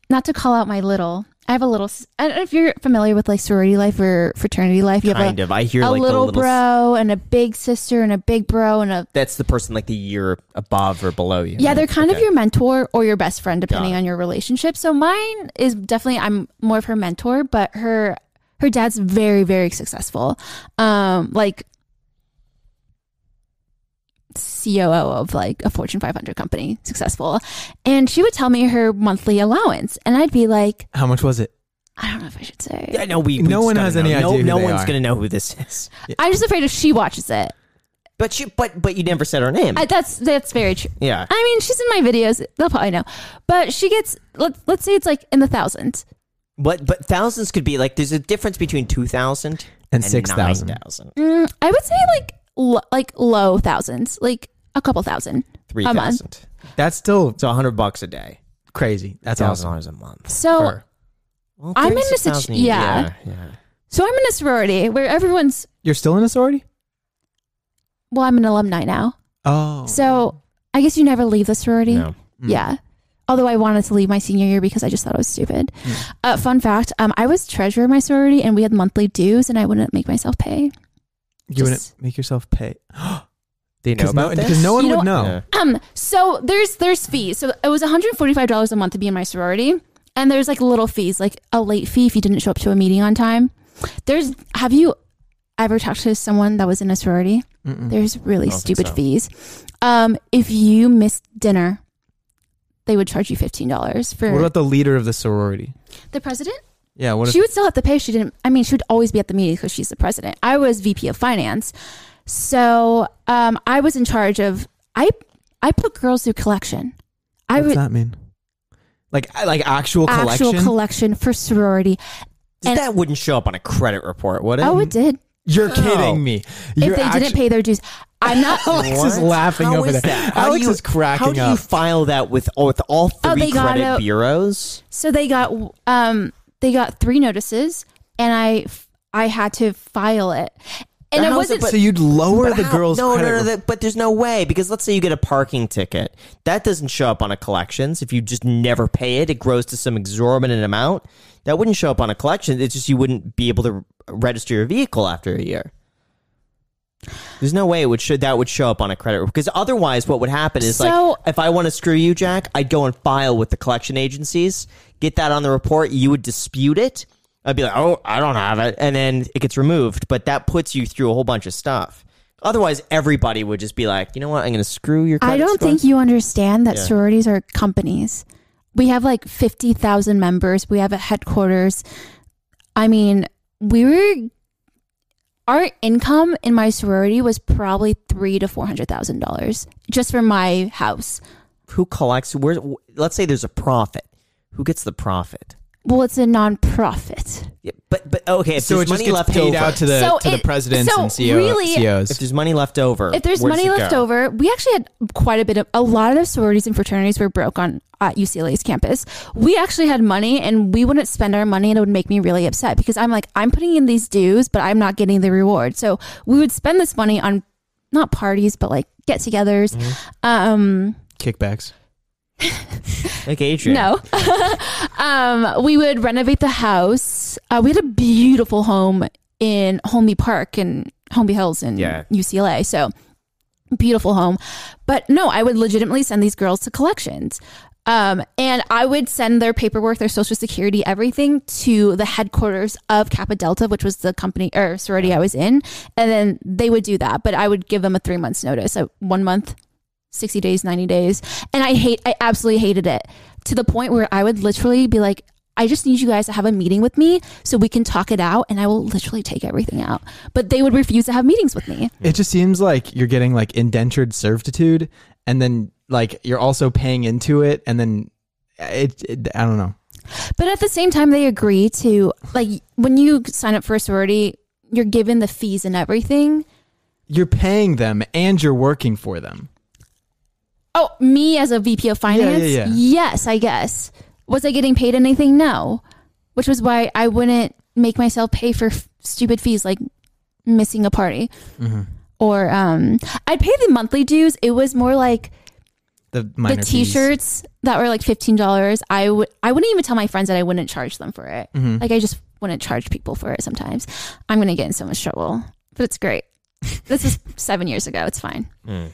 not to call out my little, I I have a little. s- I don't know if you're familiar with like sorority life or fraternity life. You
Kind
have a,
of. I hear
a
like
little,
the little.
bro and a big sister and a big bro and a
That's the person like the year above or below you.
yeah. They're kind of
Okay.
your mentor or your best friend, depending
Got it.
on your relationship. So mine is definitely I'm more of her mentor, but her her dad's very very successful. Um, like COO of like a Fortune 500 company, successful, and she would tell me her monthly allowance, and I'd be like,
How much was it?
I don't know if I should say.
I know we. we
No
just
one
gotta
has
know.
any
no,
idea who
No
they
one's
are.
gonna know who this is.
I'm just afraid if she watches it.
But you. But but you never said her name.
I, that's that's very true.
yeah.
I mean, she's in my videos; they'll probably know. But she gets let, let's say it's like in the thousands.
But but thousands could be like. There's a difference between two thousand
And 6,000.
9,000.
Mm, I would say like lo, like low thousands, like a couple thousand.
three
A month.
thousand.
That's still
So a hundred bucks a day.
crazy. That's
Thousand
awesome.
dollars a month.
So
For- well,
I'm in a
36,000 a
situ-
year.
yeah.
yeah. yeah.
so I'm in a sorority where everyone's
You're still in a sorority?
well, I'm an alumni now,
Oh. Hmm.
so I guess you never leave the sorority.
No.
Yeah. Although I wanted to leave my senior year because I just thought I was stupid. Uh, fun fact: um, I was treasurer of my sorority, and we had monthly dues, and I wouldn't make myself pay.
you wouldn't
just-
make yourself pay.
They know
Because no,
about this.
because no one
You know
would know.
Yeah.
Um, so there's there's fees. So it was $145 a month to be in my sorority, and there's like little fees, like a late fee if you didn't show up to a meeting on time. There's have you ever talked to someone that was in a sorority? There's really
Mm-hmm. don't think
stupid
so.
fees. Um, if you missed dinner, they would charge you $15 for
What about the leader of the sorority?
the president.
Yeah, what if
She would still have to pay. if She didn't. I mean, she would always be at the meetings because she's the president. I was VP of finance, so um, I was in charge of. I I put girls through collection. I
what's
would
that mean? Like like actual collection?
actual collection for sorority. and-
that wouldn't show up on a credit report, would it?
Oh, it did.
You're
No.
kidding me.
if they didn't pay their dues, I'm not.
Alex is laughing
How
over
is
there.
that?
Alex
do you-
is cracking
How do you
up. Oh,
file that with oh, with all three
they got
credit
out-
bureaus?
so they got um they got three notices, and I I had to file it, and
Now,
it
how's it-
wasn't.
but-
so you'd lower
But
the
how-
girls'
No,
credit.
no, no.
re-
That, but there's no way because let's say you get a parking ticket that doesn't show up on a collections. If you just never pay it, it grows to some exorbitant amount that wouldn't show up on a collection. It's just you wouldn't be able to register your vehicle after a year. There's no way it would show, that would show up on a credit because otherwise, what would happen is
So-
like if I want to screw you, Jack, I'd go and file with the collection agencies, get that on the report. You would dispute it. I'd be like, oh, I don't have it, and then it gets removed. But that puts you through a whole bunch of stuff. Otherwise, everybody would just be like, you know what, I'm going to screw your.
I
credit
don't
score."
think you understand that
Yeah.
sororities are companies. We have like 50,000 members. We have a headquarters. I mean, we were our income in my sorority was probably 3 to 400,000 dollars just for my house.
who collects. Where, let's say there's a profit. Who gets the profit?
Well, it's a nonprofit.
Yeah, but but okay, if
so
there's
it just
money
gets
left
paid
over,
out to the
So
to the
it-
presidents
so
and E CEO,
really-
CEOs.
if there's money left over,
If there's
where does
money
it
left
go?
over, we actually had quite a bit of a lot of sororities and fraternities were broke on at UCLA's campus. We actually had money and we wouldn't spend our money and it would make me really upset because I'm like, I'm putting in these dues, but I'm not getting the reward. So we would spend this money on not parties, but like get togethers.
Mm-hmm.
Um,
kickbacks.
like Adrian.
No. *laughs* um, we would renovate the house. Uh, we had a beautiful home in Holmby Park and Holmby Hills in
Yeah.
UCLA. So beautiful home. But no, I would legitimately send these girls to collections. Um, and I would send their paperwork, their social security, everything to the headquarters of Kappa Delta, which was the company or sorority I was in. And then they would do that. But I would give them a three months notice, so one month, 60 days, 90 days. And I hate, I absolutely hated it to the point where I would literally be like, I just need you guys to have a meeting with me so we can talk it out and I will literally take everything out. But they would refuse to have meetings with me.
It just seems like you're getting like indentured servitude, and then like you're also paying into it, and then it. it I don't know.
But at the same time, they agree to, like, when you sign up for a sorority, you're given the fees and everything.
You're paying them, and you're working for them.
Oh, me as a VP of finance?
yeah.
Yes, I guess. Was I getting paid anything? No. Which was why I wouldn't make myself pay for f- stupid fees like missing a
Mm-hmm.
party. Or um, I'd pay the monthly dues. It was more like
the minor
the
fees.
t-shirts that were like $15 i would i wouldn't even tell my friends that i wouldn't charge them for it
Mm-hmm.
like i just wouldn't charge people for it sometimes i'm gonna get in so much trouble but it's great this is seven years ago it's fine
Mm.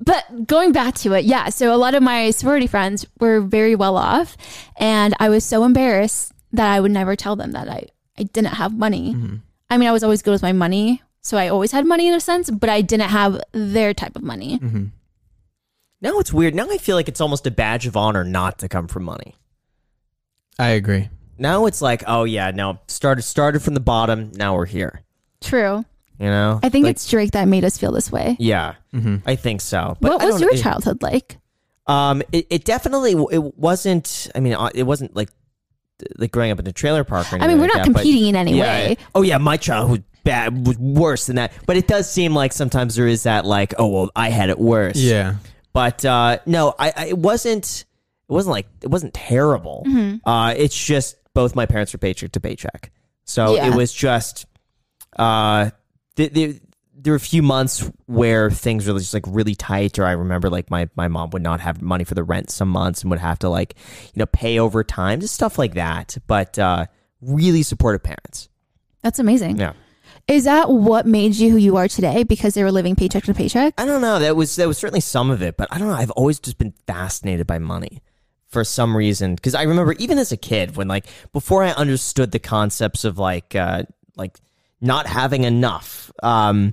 but going back to it yeah so a lot of my sorority friends were very well off and i was so embarrassed that i would never tell them that i, I didn't have money
Mm-hmm.
i mean i was always good with my money so i always had money in a sense but i didn't have their type of money
Mm.
Now it's weird. Now I feel like it's almost a badge of honor not to come from money.
I agree.
Now it's like, oh yeah, no, started started from the bottom. Now we're here.
true
You know,
I think
Like,
it's Drake that made us feel this way.
yeah, I think so. But
what
I
was
don't-
your
it-
childhood like?
Um, it, it definitely it wasn't. I mean, uh, it wasn't like like growing up in a trailer park. Or
I mean,
anything
we're
like
not
that, but-
competing in any
Yeah.
way.
Oh yeah, my childhood bad was worse than that. But it does seem like sometimes there is that like, oh well, I had it worse.
Yeah.
But uh, no, I, I it wasn't. It wasn't like it wasn't terrible. Uh, it's just both my parents were paycheck to paycheck, so
Yeah.
it was just. Uh, the, the, there were a few months where things were just like really tight, or I remember like my, my mom would not have money for the rent some months and would have to like you know pay over time, just stuff like that. But uh, really supportive parents.
That's amazing.
Yeah.
Is that what made you who you are today? Because they were living paycheck to paycheck.
I don't know. That was that was certainly some of it, but I don't know. I've always just been fascinated by money for some reason because I remember even as a kid when like before I understood the concepts of like uh, like not having enough. Um,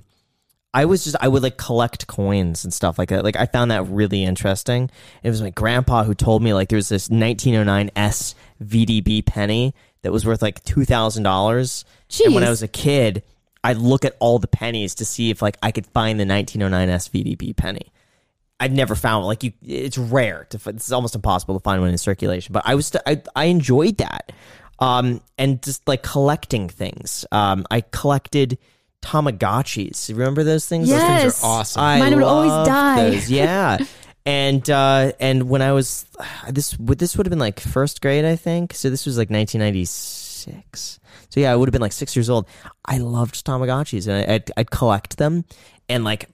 I was just I would like collect coins and stuff like that. Like I found that really interesting. It was my grandpa who told me like there was this 1909 S VDB penny that was worth like two thousand dollars. And when
Jeez.
I was a kid, I'd look at all the pennies to see if like I could find the 1909 S VDB penny. I've never found like you. It's rare to. f- It's almost impossible to find one in circulation. But I was. St- I I enjoyed that, um, and just like collecting things. Um, I collected Tamagotchis. You Remember those things? Those things
Yes.
awesome.
I
Mine would always
loved
die.
those,
*laughs*
Yeah. And uh, and when I was *sighs* this would this would have been like first grade I think so this was like 1996 so yeah I would have been like six years old I loved Tamagotchis and I, I'd, I'd collect them and like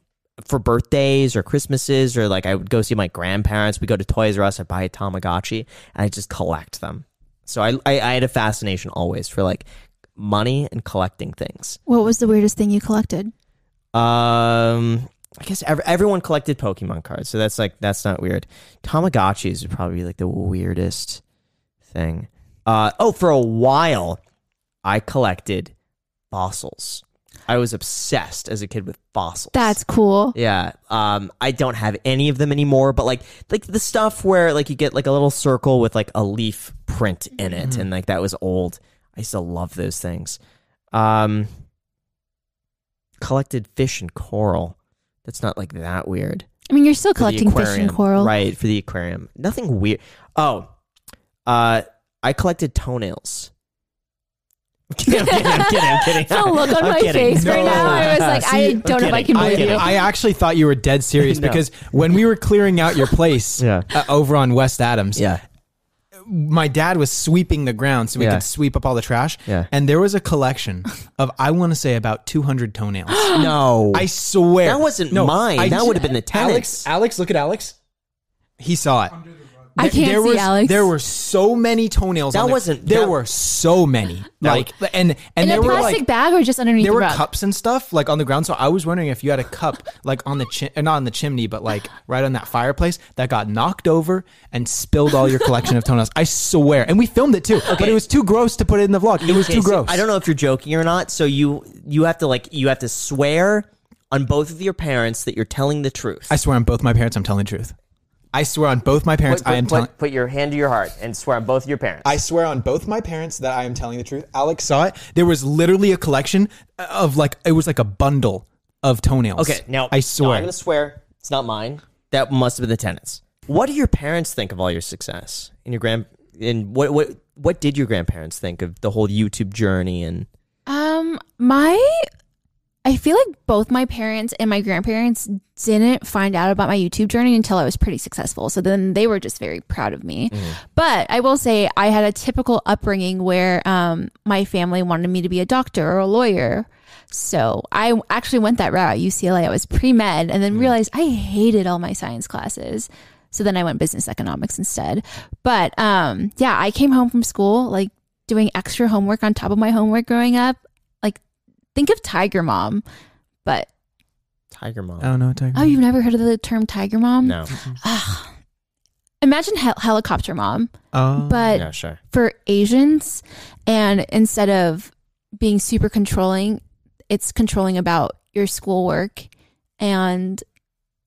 for birthdays or Christmases or like I would go see my grandparents we go to Toys R Us I'd buy a Tamagotchi and I just collect them so I, I I had a fascination always for like money and collecting things
What was the weirdest thing you collected?
um, I guess ev- everyone collected Pokemon cards, so that's like that's not weird. Tamagotchis would probably be like the weirdest thing. Uh, oh, for a while, I collected fossils. I was obsessed as a kid with fossils.
That's cool.
Yeah. Um, I don't have any of them anymore, but like like the stuff where like you get like a little circle with like a leaf print in it
Mm-hmm.
and like that was old. I used to love those things. Um collected fish and coral. That's not like that weird.
I mean, you're still
For the
collecting fish and
aquarium.
coral.
Right, for the aquarium. Nothing weird. Oh. Uh I collected toenails. *laughs* I'm kidding, I'm kidding, I'm kidding, I'm kidding.
The look on
I'm
my
kidding.
face right now, I was
*laughs*
like, I
I'm
don't know if I
kidding.
can
I'm
believe
kidding.
you.
I actually thought you were dead
*laughs*
serious
No.
because when we were clearing out your
*laughs*
place
Yeah.
uh, over on West Adams,
Yeah.
my dad was sweeping the ground so we
Yeah.
could sweep up all the trash.
Yeah.
And there was a
*laughs*
collection of, I want to say, about
*gasps*
200 toenails.
No.
I swear.
That wasn't
No,
mine.
I-
that would have been the
Alex,
tenants.
Alex, look at Alex. He saw it.
I
Th-
can't
there
see
was,
Alex.
There were so many toenails.
That
on there.
wasn't-
There
that-
were so many. Like and and
in
there
a
were
plastic
like
bag or just underneath
there
the
were
rug?
cups and stuff like on the ground. So I was wondering if you had a cup like on the chi- eh, not on the chimney, but like right on that fireplace that got knocked over and spilled all your collection of toenails. I swear. And we filmed it too, but it was too gross to put it in the vlog. It was
Okay,
too
so
gross.
I don't know if you're joking or not. So you you have to like you have to swear on both of your parents that you're telling the truth.
I swear on both my parents, I'm telling the truth. I swear on both my parents,
put,
I am
put,
telling.
put, put your hand to your heart and swear on both of your parents.
I swear on both my parents that I am telling the truth. Alex saw it. There was literally a collection uh, of like it was like a bundle of toenails.
okay, now
I
no,
swear.
I'm gonna swear it's not mine. That must have been the tenants. What do your parents think of all your success? And your grand and what what what did your grandparents think of the whole YouTube journey and
Um, my I feel like both my parents and my grandparents didn't find out about my YouTube journey until I was pretty successful. So then they were just very proud of me. But I will say I had a typical upbringing where um, my family wanted me to be a doctor or a lawyer. So I actually went that route at UCLA. I was pre med and then realized I hated all my science classes. So then I went business economics instead. But um, yeah, I came home from school like doing extra homework on top of my homework growing up. Like, think of Tiger Mom, but
Tiger Mom.
Oh no, Tiger.
oh, you've never heard of the term Tiger
Um,
Mom?
Mm-hmm. no.
Imagine hel- helicopter mom,
Oh.
but
no, sure.
for Asians, and instead of being super controlling, it's controlling about your schoolwork and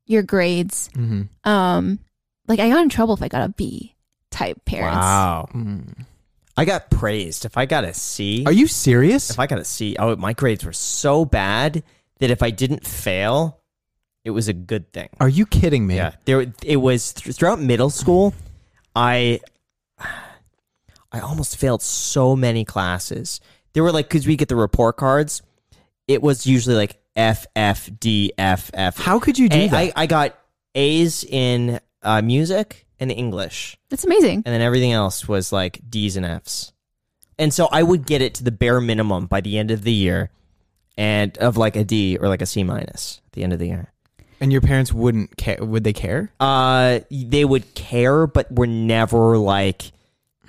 your grades.
mm-hmm.
Um, like I got in trouble if I got a B type parents.
Wow.
Mm.
I got praised. If I got a C,
Are you serious?
if I got a C, oh, my grades were so bad that if I didn't fail, it was a good thing.
Are you kidding me?
Yeah, there it was th- throughout middle school. I I almost failed so many classes. There were like because we get the report cards. It was usually like F F D F F.
How could you do
A-
that?
I, I got A's in uh, music and English,
That's amazing.
and then everything else was like D's and F's. And so I would get it to the bare minimum by the end of the year, and of like a D or like a C minus at the end of the year.
and your parents wouldn't care? Would they care?
uh they would care but were never like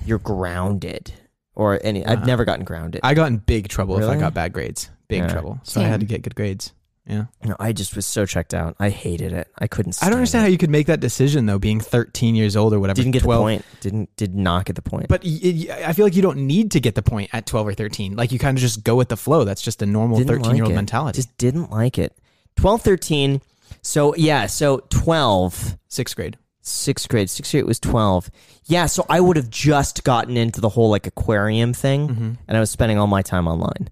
you're grounded or any i've never gotten grounded
Uh-huh. I got in big trouble if I
Really?
got bad grades. Big
Yeah.
trouble. So I
Same.
had to get good grades. Yeah.
no, i just was so checked out i hated it i couldn't
I don't understand
stand
how
it.
you could make that decision though, being 13 years old or whatever.
didn't get
12.
the point didn't did not get the point
But y- y- I feel like you don't need to get the point at 12 or 13. Like you kind of just go with the flow. That's just a normal
didn't
13 year old
like it.
mentality.
just didn't like it 12 13 so yeah so 12
Sixth grade.
sixth grade sixth grade was 12 yeah so i would have just gotten into the whole like aquarium thing
Mm-hmm.
Mm-hmm.
and i was spending all my time online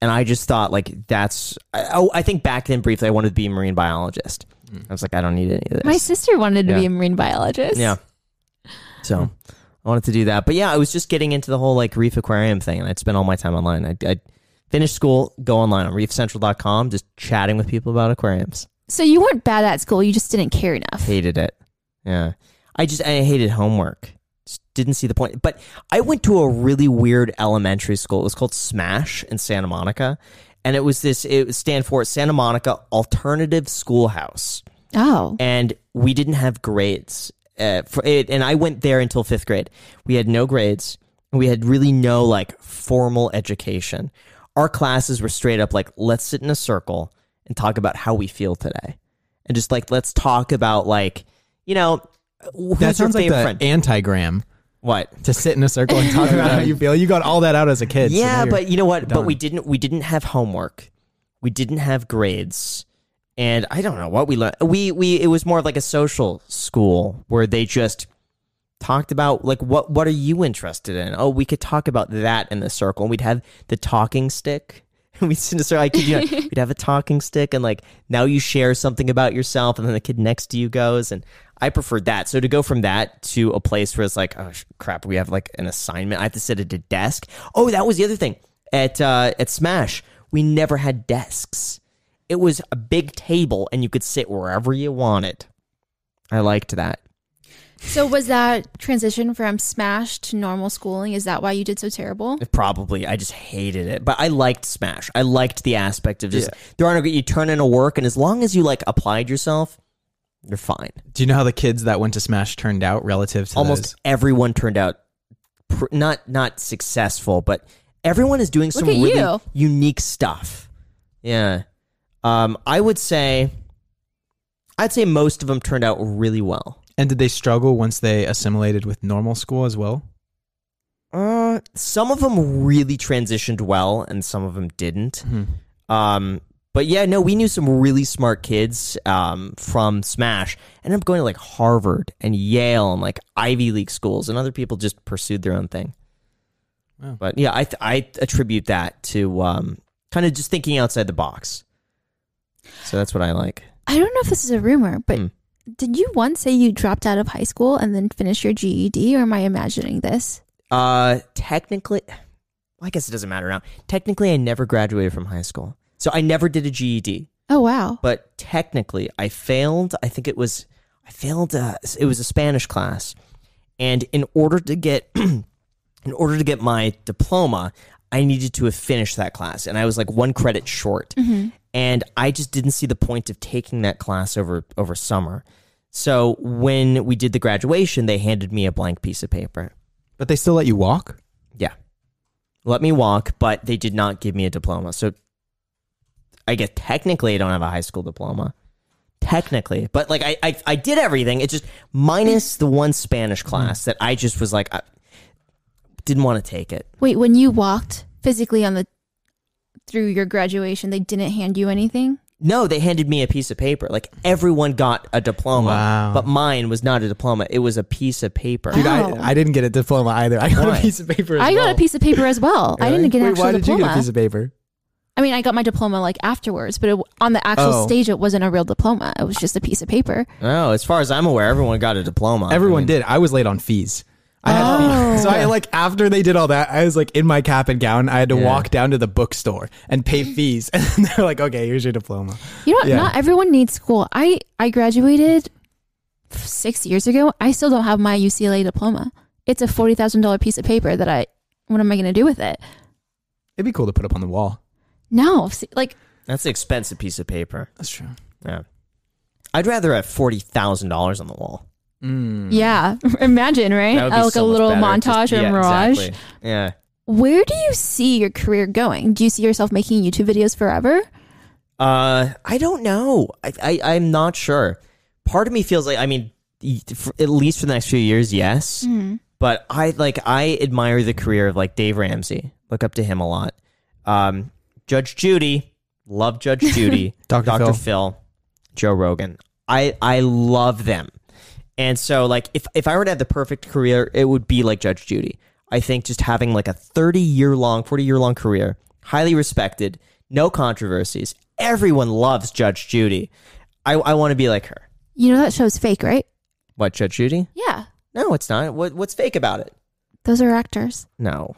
and i just thought like that's I, oh i think back then briefly i wanted to be a marine biologist i was like i don't need any of
My
this
sister wanted to
Yeah.
be a marine biologist.
yeah so i wanted to do that but yeah i was just getting into the whole like reef aquarium thing and i'd spend all my time online i'd, I'd finish school go online on reefcentral.com just chatting with people about aquariums
So you weren't bad at school. You just didn't care enough.
hated it. Yeah. I just I hated homework. Just didn't see the point. But I went to a really weird elementary school. It was called Smash in Santa Monica. And it was this it stand for Santa Monica Alternative Schoolhouse.
Oh,
And we didn't have grades. Uh, for it, and I went there until fifth grade. We had no grades. We had really no like formal education. Our classes were straight up like, let's sit in a circle and talk about how we feel today. And just like, let's talk about like, you know, who's
That sounds
your
like
favorite
the
friend?
antigram
what?
to sit in a circle
*laughs*
and talk about how you feel. You got all that out as a kid. so now
yeah,
you're-
but you know what? But we didn't we didn't have homework. We didn't have grades. And I don't know what we learned. We we it was more of like a social school where they just talked about like what what are you interested in? Oh, we could talk about that in the circle. And we'd have the talking stick. *laughs* And we'd sit in a circle. I kid you not, we'd have a talking stick and like now you share something about yourself and then the kid next to you goes and I preferred that. So to go from that to a place where it's like, oh sh- crap, we have like an assignment. I have to sit at a desk. Oh, that was the other thing. At uh, at Smash, we never had desks. It was a big table and you could sit wherever you wanted. I liked that.
so was that transition from Smash to normal schooling? Is that why you did so terrible?
Probably. I just hated it. But I liked Smash. I liked the aspect of just there aren't you turn in a work and as long as you like applied yourself, you're fine.
do you know how the kids that went to Smash turned out relative to
Almost
those?
everyone turned out pr- not not successful, but everyone is doing some
at
really
you.
unique stuff. Yeah. Um I would say I'd say most of them turned out really well.
And did they struggle once they assimilated with normal school as well?
Uh, some of them really transitioned well, and some of them didn't. Um, but yeah, no, we knew some really smart kids um, from Smash. Ended up going to like Harvard and Yale and like Ivy League schools, and other people just pursued their own thing.
Wow.
But yeah, I th- I attribute that to um, kind of just thinking outside the box. So that's what I like.
I don't know if this is a rumor, but
Hmm.
did you once say you dropped out of high school and then finished your GED, or am I imagining this?
Uh, technically, well, I guess it doesn't matter now. Technically, I never graduated from high school. So I never did a E GED,
Oh wow.
but technically I failed. I think it was I failed. Uh, it was a Spanish class, and in order to get *clears throat* in order to get my diploma, I needed to have finished that class, and I was like one credit short. And I just didn't see the point of taking that class over over summer. So when we did the graduation, they handed me a blank piece of paper.
But they still let you walk?
Yeah. Let me walk, but they did not give me a diploma. So I guess technically I don't have a high school diploma. Technically. But like I I, I did everything. It's just minus the one Spanish class that I just was like I didn't want to take it.
Wait, when you walked physically on the through your graduation, they didn't hand you anything?
No, they handed me a piece of paper. Like everyone got a diploma,
Wow.
but mine was not a diploma. It was a piece of paper.
Dude,
Oh.
I, I didn't get a diploma either. I got
Why?
a piece of paper. as
I got a
well.
piece of paper as well. I didn't get an
Wait,
actual
Why did
diploma.
you get a piece of paper?
I mean, I got my diploma like afterwards, but it, on the actual
Oh.
stage, it wasn't a real diploma. It was just a piece of paper.
Oh, as far as I'm aware, everyone got a diploma.
Everyone did. I was late on fees. I had
Oh.
fees. So I like after they did all that, I was like in my cap and gown. I had to walk down to the bookstore and pay fees. *laughs* And they're like, okay, here's your diploma.
You know, what?
Yeah.
not everyone needs school. I I graduated f- six years ago. I still don't have my UCLA diploma. It's a forty thousand dollar piece of paper that I. What am I going to do with it?
It'd be cool to put up on the wall.
No, see, like
That's an expensive piece of paper.
That's true.
Yeah. I'd rather have forty thousand dollars on the wall.
Mm.
Mm.
yeah, *laughs* imagine right,
Hmm. That would be
uh, like
so
a
much
little
better.
montage
Just-
or
yeah,
mirage.
exactly. Yeah.
Where do you see your career going? Do you see yourself making YouTube videos forever?
Uh, I don't know. I, I I'm not sure. Part of me feels like I mean, y- for, at least for the next few years, yes.
Mm-hmm.
But I like I admire the career of like Dave Ramsey. Look up to him a lot. Um, Judge Judy, love
*laughs*
Judge Judy.
Dr.
Dr.
Phil.
Phil, Joe Rogan. I I love them. And so like if if I were to have the perfect career, it would be like Judge Judy. I think just having like a 30 year long, 40 year long career, highly respected, no controversies. Everyone loves Judge Judy. I, I want to be like her.
You know that show's fake, right?
What, Judge Judy?
Yeah,
No, it's not. What, what's fake about it?
those are actors.
No. No, way.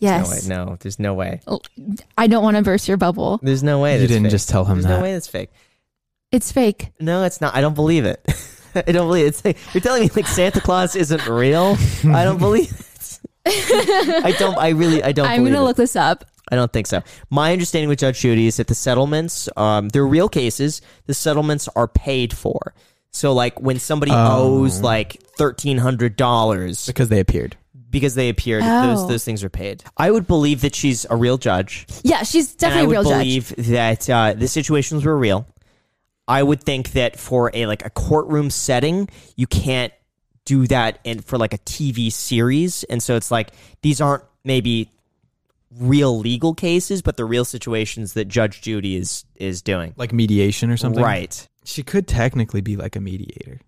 Yes,
no, there's no way.
I don't want to burst your bubble.
There's no way.
You
that's
didn't
fake.
just tell him
There's
that.
no way that's fake.
It's fake.
No, it's not. I don't believe it. *laughs* I don't believe it. It's like, you're telling me like Santa Claus isn't
*laughs*
real. I don't believe it. *laughs* I don't. I really. I don't.
I'm
believe
gonna
it.
look this up.
I don't think so. My understanding with Judge Judy is that the settlements, um, they're real cases. The settlements are paid for. So like when somebody owes like thirteen hundred dollars
Because they appeared.
because they appeared,
Oh.
those those things are paid. I would believe that she's a real judge.
Yeah, she's definitely a
and
real
I would
judge.
believe that uh, the situations were real. I would think that for a like a courtroom setting, you can't do that, and for like a TV series, and so it's like these aren't maybe real legal cases, but the real situations that Judge Judy is is doing.
Like mediation or something.
Right?
She could technically be like a mediator.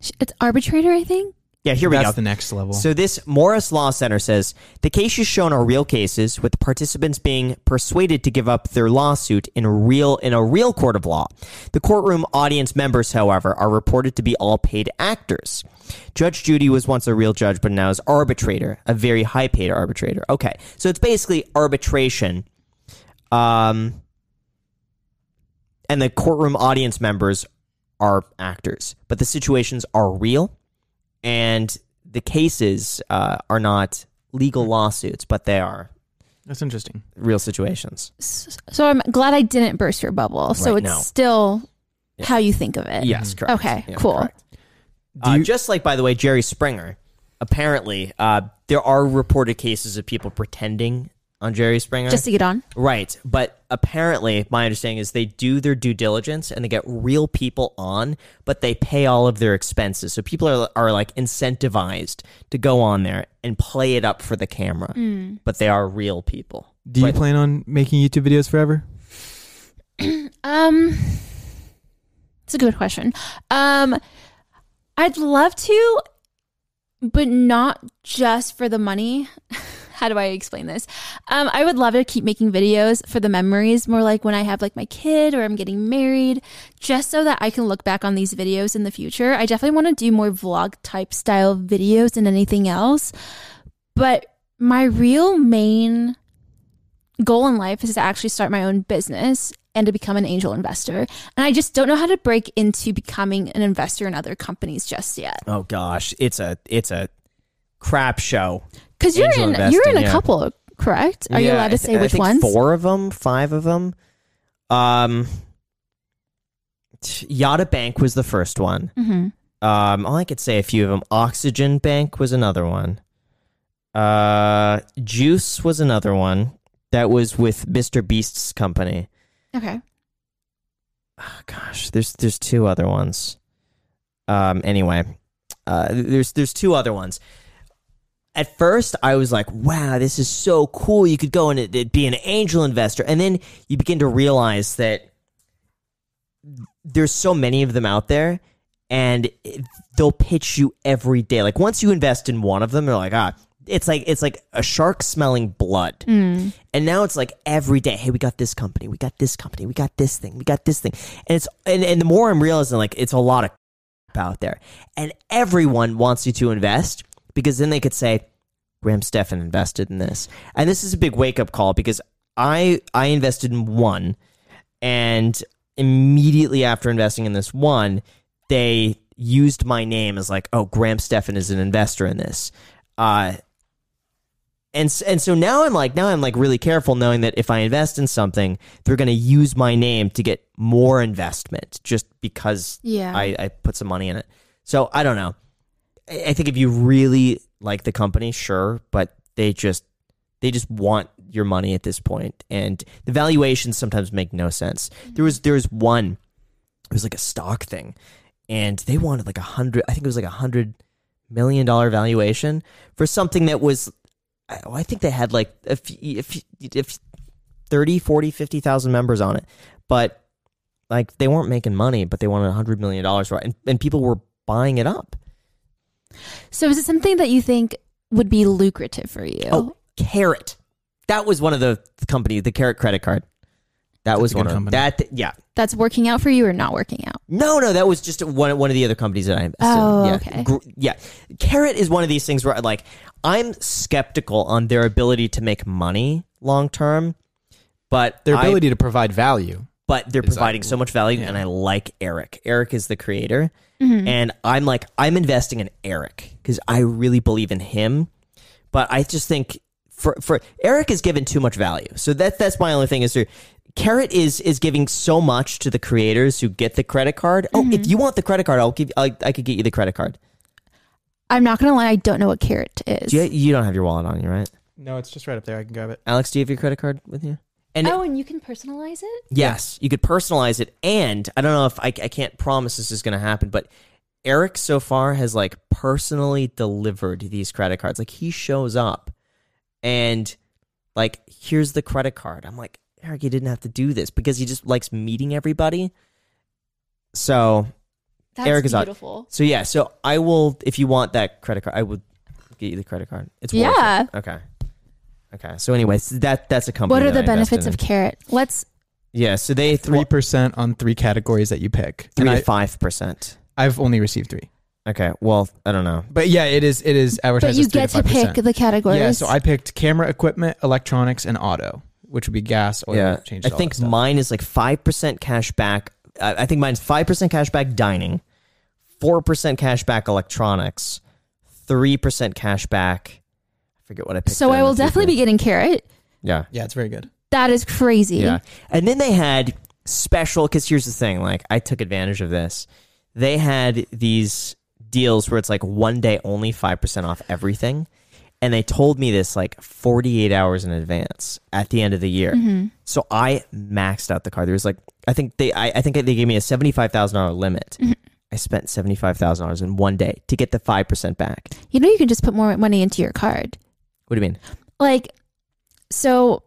Sh- It's arbitrator, I think.
Yeah. Here we
That's
go.
the next level.
So this Morris Law Center says the cases shown are real cases, with participants being persuaded to give up their lawsuit in a real in a real court of law. The courtroom audience members, however, are reported to be all paid actors. Judge Judy was once a real judge, but now is arbitrator, a very high paid arbitrator. Okay, so it's basically arbitration. Um, and the courtroom audience members are actors, but the situations are real and the cases uh, are not legal
Mm-hmm.
lawsuits, but they are
That's interesting.
real situations.
Mm-hmm.
S- So I'm glad I didn't burst your bubble. So
Right,
it's
no.
still how you think of it.
Yes, correct.
Okay,
Yeah,
cool.
correct.
Do
Uh,
you-
just like, by the way, Jerry Springer. Apparently, uh, there are reported cases of people pretending on Jerry Springer.
Just to get on.
Right. But apparently, my understanding is they do their due diligence and they get real people on, but they pay all of their expenses. So people are, are like incentivized to go on there and play it up for the camera,
Mm.
but they are real people.
Do you
But-
plan on making YouTube videos forever?
Um, it's a good question. Um, I'd love to, but not just for the money. *laughs* How do I explain this? Um, I would love to keep making videos for the memories, more like when I have like my kid or I'm getting married, just so that I can look back on these videos in the future. I definitely want to do more vlog type style videos than anything else. But my real main goal in life is to actually start my own business and to become an angel investor. And I just don't know how to break into becoming an investor in other companies just yet.
Oh gosh, it's a it's a crap show.
Because you're
Angel
in you're
investing,
in a
yeah.
couple, correct? Are you
Yeah,
allowed
I
to
thi-
say
I
which
think
ones?
Four of them, five of them. Um, t- Yada Bank was the first one.
Mhm.
Um, all I could say a few of them. Oxygen Bank was another one. Uh, Juice was another one. That was with Mr. Beast's company.
Okay.
Oh, gosh, there's there's two other ones. Um, anyway, uh, there's there's two other ones. At first, I was like, "Wow, this is so cool! You could go and it, it'd be an angel investor." And then you begin to realize that there's so many of them out there, and it- they'll pitch you every day. Like once you invest in one of them, they're like, "Ah." It's like it's like a shark smelling blood.
Mm.
And now it's like every day, hey, we got this company, we got this company, we got this thing, we got this thing. And it's and, and the more I'm realizing like it's a lot of out there. And everyone wants you to invest because then they could say, Graham Stefan invested in this. And this is a big wake up call because I I invested in one and immediately after investing in this one, they used my name as like, oh, Graham Stefan is an investor in this. Uh and s- and so now I'm like now I'm like really careful knowing that if I invest in something, they're going to use my name to get more investment just because
Yeah.
I, I put some money in it. So I don't know. I, I think if you really like the company, sure, but they just they just want your money at this point, and the valuations sometimes make no sense. There was there was one, it was like a stock thing, and they wanted like a hundred. I think it was like a hundred million dollar valuation for something that was. I I think they had like a few, a few, a few 30, 40, 50,000 members on it. But like they weren't making money, but they wanted $100 million for it. And, and people were buying it up.
So is it something that you think would be lucrative for you?
Oh, Carrot. That was one of the company, the Carrot credit card. That was
a
one
good
of them.
company.
that. Yeah.
That's working out for you or not working out?
No, no, that was just one one of the other companies that I invested.
Oh,
in. yeah.
okay.
Gr- yeah, Carrot is one of these things where like I'm skeptical on their ability to make money long term, but
Their
I-
ability to provide value.
but they're providing so much value and I like Eric. Eric is the creator and I'm like I'm investing in Eric cuz I really believe in him. But I just think for for Eric is given too much value. So that that's my only thing is there Carrot is is giving so much to the creators who get the credit card. Oh, if you want the credit card, I'll give I, I could get you the credit card.
I'm not gonna lie, I don't know what carrot is.
Do you, you don't have your wallet on you, right?
No, it's just right up there. I can grab it.
Alex, do you have your credit card with you? And
oh, and you can personalize it?
Yes, you could personalize it, and I don't know if I, I can't promise this is going to happen, but Eric so far has like personally delivered these credit cards. Like he shows up, and like here's the credit card. I'm like Eric, you didn't have to do this because he just likes meeting everybody. So
That's
Eric is on-
beautiful.
so yeah, so I will if you want that credit card, I would get you the credit card. It's worth
Yeah.
it. okay, okay. So anyways, that that's a company.
What are
that
the
I invested
benefits of
in.
carrot? Let's
yeah? So they
Three
three
percent on three categories that you pick.
three
And
to five percent.
I, I've only received three.
Okay. Well, I don't know.
But yeah, it is. It is advertised.
but you
as three
get to
5%.
pick the categories.
Yeah, so I picked camera equipment, electronics, and auto, which would be gas, oil,
yeah.
change.
I think mine is like 5% cash back. I I think mine's 5% cash back dining, 4% cash back electronics, 3% cash back. I forget what I picked.
so I will definitely be getting carrot.
be. Yeah.
Yeah, it's very good.
That is crazy.
Yeah. And then they had special, because here's the thing like, I took advantage of this. They had these deals where it's like one day only 5% off everything. And they told me this like 48 hours in advance at the end of the
Mm-hmm.
year. So I maxed out the card. There was like, I think they, I, I think they gave me a $75,000 limit. I spent $75,000 in one day to get the 5% back.
You know you can just put more money into your card.
What do you mean?
Like so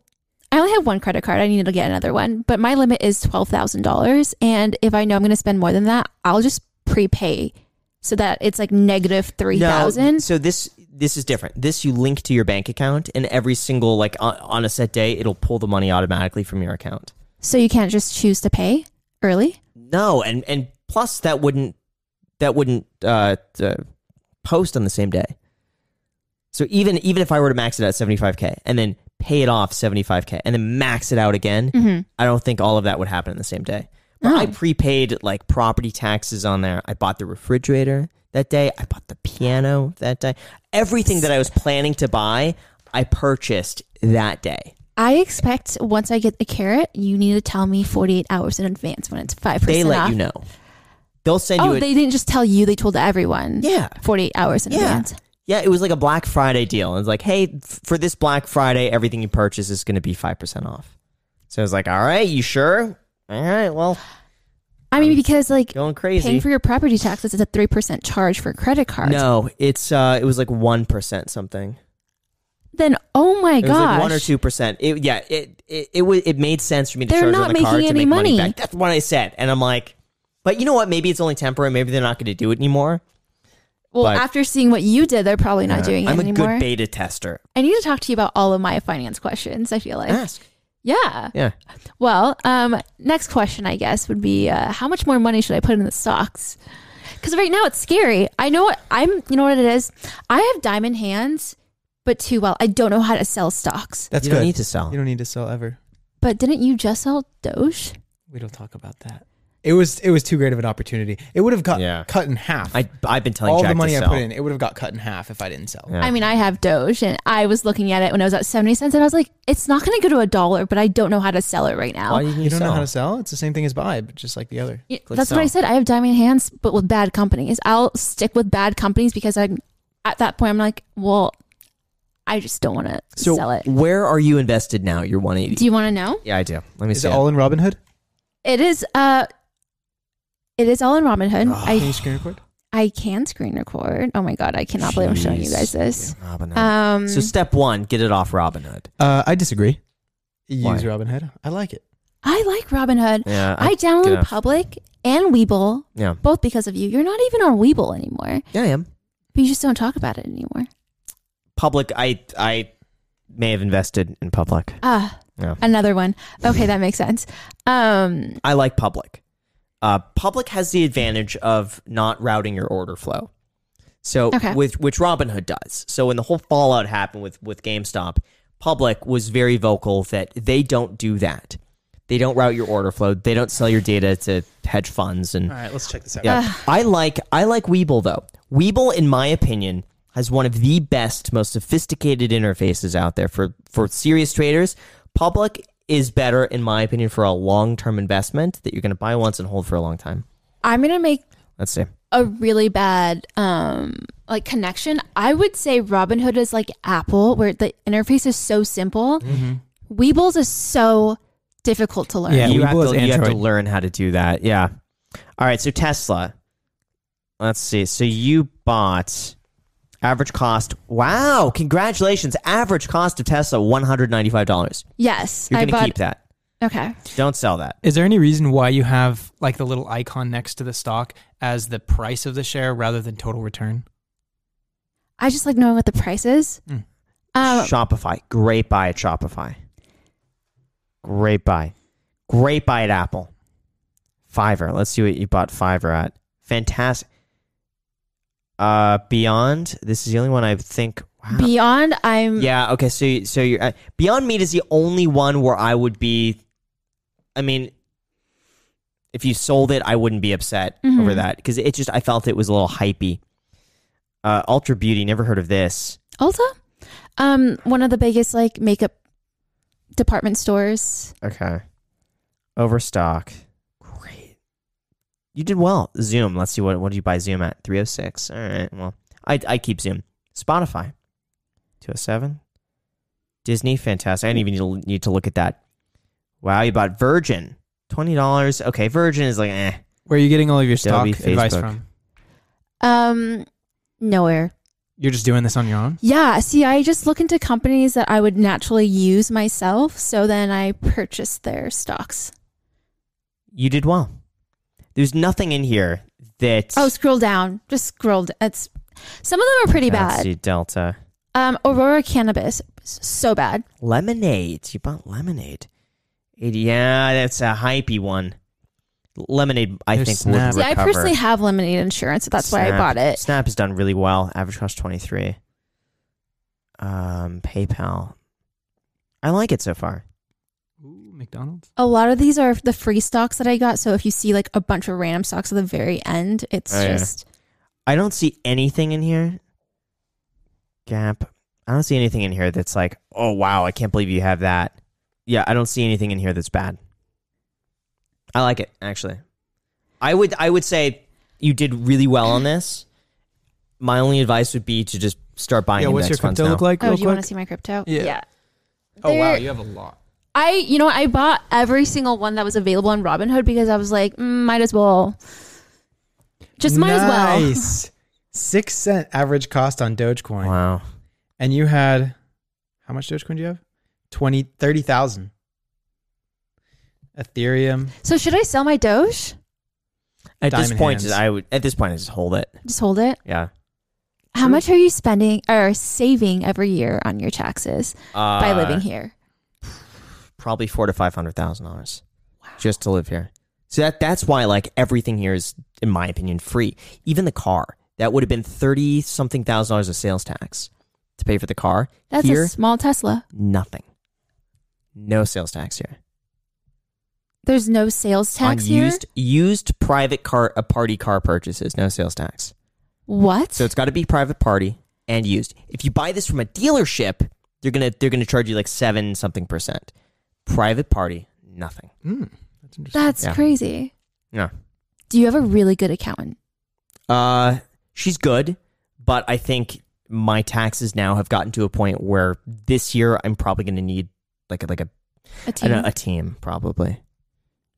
I only have one credit card. I need to get another one, but my limit is $12,000 and if I know I'm going to spend more than that, I'll just prepay so that it's like negative 3,000.
No, so this this is different. This you link to your bank account, and every single like on, on a set day, it'll pull the money automatically from your account.
So you can't just choose to pay early?
No, and and plus that wouldn't that wouldn't uh, uh, post on the same day. So even even if I were to max it at seventy five k and then pay it off 75K and then max it out again, I don't think all of that would happen in the same day. But
Hmm.
I prepaid like property taxes on there. I bought the refrigerator that day. I bought the piano that day. Everything that I was planning to buy, I purchased that day.
I expect once I get the carrot, you need to tell me 48 hours in advance when it's 5%
They let
off.
you know. They'll send
Oh,
you a
they didn't just tell you, they told everyone.
Yeah.
48 hours in
Yeah.
advance.
Yeah, it was like a Black Friday deal. It's like, hey, f- for this Black Friday, everything you purchase is going to be 5% off. So I was like, all right, you sure? All right, well,
I mean, because like
going crazy.
paying for your property taxes is a 3% charge for a credit cards.
no, it's uh, it was like 1% something.
Then, oh my
It was
gosh.
like 1 or 2%. It, yeah, it, it, it, was, it made sense for me to
They're
charge
not
on the card
making
to
any
make money.
money.
back. That's what I said. And I'm like, but you know what? Maybe it's only temporary. Maybe they're not going to do it anymore.
Well,
But-
after seeing what you did, they're probably not doing it
I'm a
anymore.
good beta tester.
I need to talk to you about all of my finance questions, I feel like.
Ask.
Yeah.
Yeah.
Well, um, next question, I guess, would be uh, how much more money should I put in the stocks? Because right now it's scary. I know what I'm, you know what it is? I have diamond hands, but too well. I don't know how to sell stocks.
That's
you
good.
don't need to sell.
you don't need to sell ever.
But didn't you just sell Doge?
We don't talk about that. It was it was too great of an opportunity. It would have got
Yeah.
cut in half.
I, I've been telling
all
Jack
the money
to
I
sell.
put in, it would have got cut in half if I didn't sell.
Yeah.
I mean, I have Doge and I was looking at it when I was at 70 cents and I was like, it's not going to go to a dollar, but I don't know how to sell it right now.
Why do you need
You
to
don't know
sell?
how to sell? It's the same thing as buy, but just like the other.
Yeah,
Click
That's what I
sell.
said. I have diamond hands, but with bad companies. I'll stick with bad companies because I'm at that point. I'm like, well, I just don't want to
So
sell it.
where are you invested now? You're 180.
Do you want to know?
yeah, I do. Let me
Is
see.
it all in Robinhood?
It is. Uh, it is all in Robinhood.
Ah.
Ah.
Can you
I
screen record?
I can screen record. Oh my god, I cannot believe I'm showing you guys this.
Robinhood.
Um,
so step one, get it off Robinhood.
Uh, I disagree. Use
Why?
Robinhood. I like it.
I like Robinhood.
Yeah,
I,
good
downloaded
enough.
Public and Weeble
Yeah,
both because of you. You're not even on Weeble anymore,
yeah, I am
but you just don't talk about it anymore.
public. I I may have invested in public.
Ah,
Yeah.
another one. Okay, that makes sense. Um,
I like public. Uh, public has the advantage of not routing your order flow. So
Okay.
with which Robinhood does. So when the whole fallout happened with with GameStop, public was very vocal that they don't do that. They don't route your order flow. They don't sell your data to hedge funds and
All right, let's check this out.
Yeah. I like I like Weeble though. Weeble, in my opinion, has one of the best, most sophisticated interfaces out there for for serious traders. Public is better, in my opinion, for a long term investment that you're going to buy once and hold for a long time.
I'm gonna make
Let's see.
a really bad um like connection i would say robinhood is like apple where the interface is so simple
Mm-hmm.
weebles is so difficult to learn
Yeah.
you, have
Weeble
to,
is
you have to
Android.
learn how to do that. Yeah. All right. So Tesla. Let's see. So you bought average cost. Wow! Congratulations. Average cost of Tesla one hundred ninety five dollars.
yes
You're
i
going to
bought
keep that.
okay
Don't sell that.
Is there any reason why you have like the little icon next to the stock as the price of the share rather than total return?
i just like knowing what the price is
Mm.
um
Shopify. Great buy at Shopify. Great buy. Great buy at Apple. Fiverr. Let's see what you bought Fiverr at. Fantastic. Uh, Beyond. This is the only one I think. Wow.
beyond i'm
yeah. Okay. So so you're uh, Beyond Meat is the only one where I would be. I mean, if you sold it, I wouldn't be upset
Mhm.
over that because it just I felt it was a little hypey. Uh, Ultra Beauty. Never heard of this.
ulta um one of the biggest like makeup department stores
Okay. Overstock. Great. You did well. Zoom. Let's see what what did you buy Zoom at? 306. All right. Well, I I keep Zoom. Spotify. 207. Disney, fantastic. I didn't even need to, need to look at that. Wow, you bought Virgin. $20. Okay, Virgin is like eh.
Where are you getting all of your stock
Adobe,
advice
Facebook.
from?
um nowhere
You're just doing this on your own?
Yeah, see, I just look into companies that I would naturally use myself, so then I purchase their stocks.
You did well. There's nothing in here that
Oh, scroll down. Just scroll. d- It's some of them are pretty
Let's
bad.
see, Delta.
Um, Aurora Cannabis, s- so bad.
Lemonade. You bought lemonade. It- yeah, that's a hypey one. Lemonade, I
There's
think,
Snap.
would
See,
recover.
I personally have lemonade insurance, so that's why I
Snap-
bought it.
Snap has done really well. Average cost twenty three. Um, PayPal. I like it so far.
Ooh, McDonald's.
A lot of these are the free stocks that I got. So if you see like a bunch of random stocks at the very end, it's
Oh, yeah.
just
I don't see anything in here. Gap. I don't see anything in here that's like, oh wow, I can't believe you have that. Yeah, I don't see anything in here that's bad. I like it actually. I would I would say you did really well on this. My only advice would be to just start buying.
Yeah, what's your
index funds
crypto
now.
look like?
oh,
real
do you want
quick?
to see my crypto?
Yeah.
They're-
oh wow, you have a lot.
I you know what, I bought every single one that was available on Robinhood because I was like, mm, might as well. Just might as well.
Nice.
Six cent average cost on Dogecoin.
Wow.
And you had how much Dogecoin do you have? 20, 30,000. Ethereum.
So should I sell my Doge?
At this
Diamond
point,
hands.
I would. At this point, I just hold it.
Just hold it.
Yeah.
How much are you spending or saving every year on your taxes
Uh,
by living here?
probably four to five hundred thousand dollars just to live here. So that that's why like everything here is, in my opinion, free. Even the car that would have been thirty something thousand dollars of sales tax to pay for the car.
That's
here,
a small Tesla.
nothing. No sales tax here.
There's no sales tax
On
here.
used used private car a party car purchases, no sales tax.
what?
So it's got to be private party and used. If you buy this from a dealership, they're gonna they're gonna charge you like seven something percent. Private party, nothing.
Mm, that's interesting.
That's
Yeah.
crazy.
Yeah.
Do you have a really good accountant?
Uh, she's good, but I think my taxes now have gotten to a point where this year I'm probably going to need like a, like a
A
I
team?
don't know, a team probably.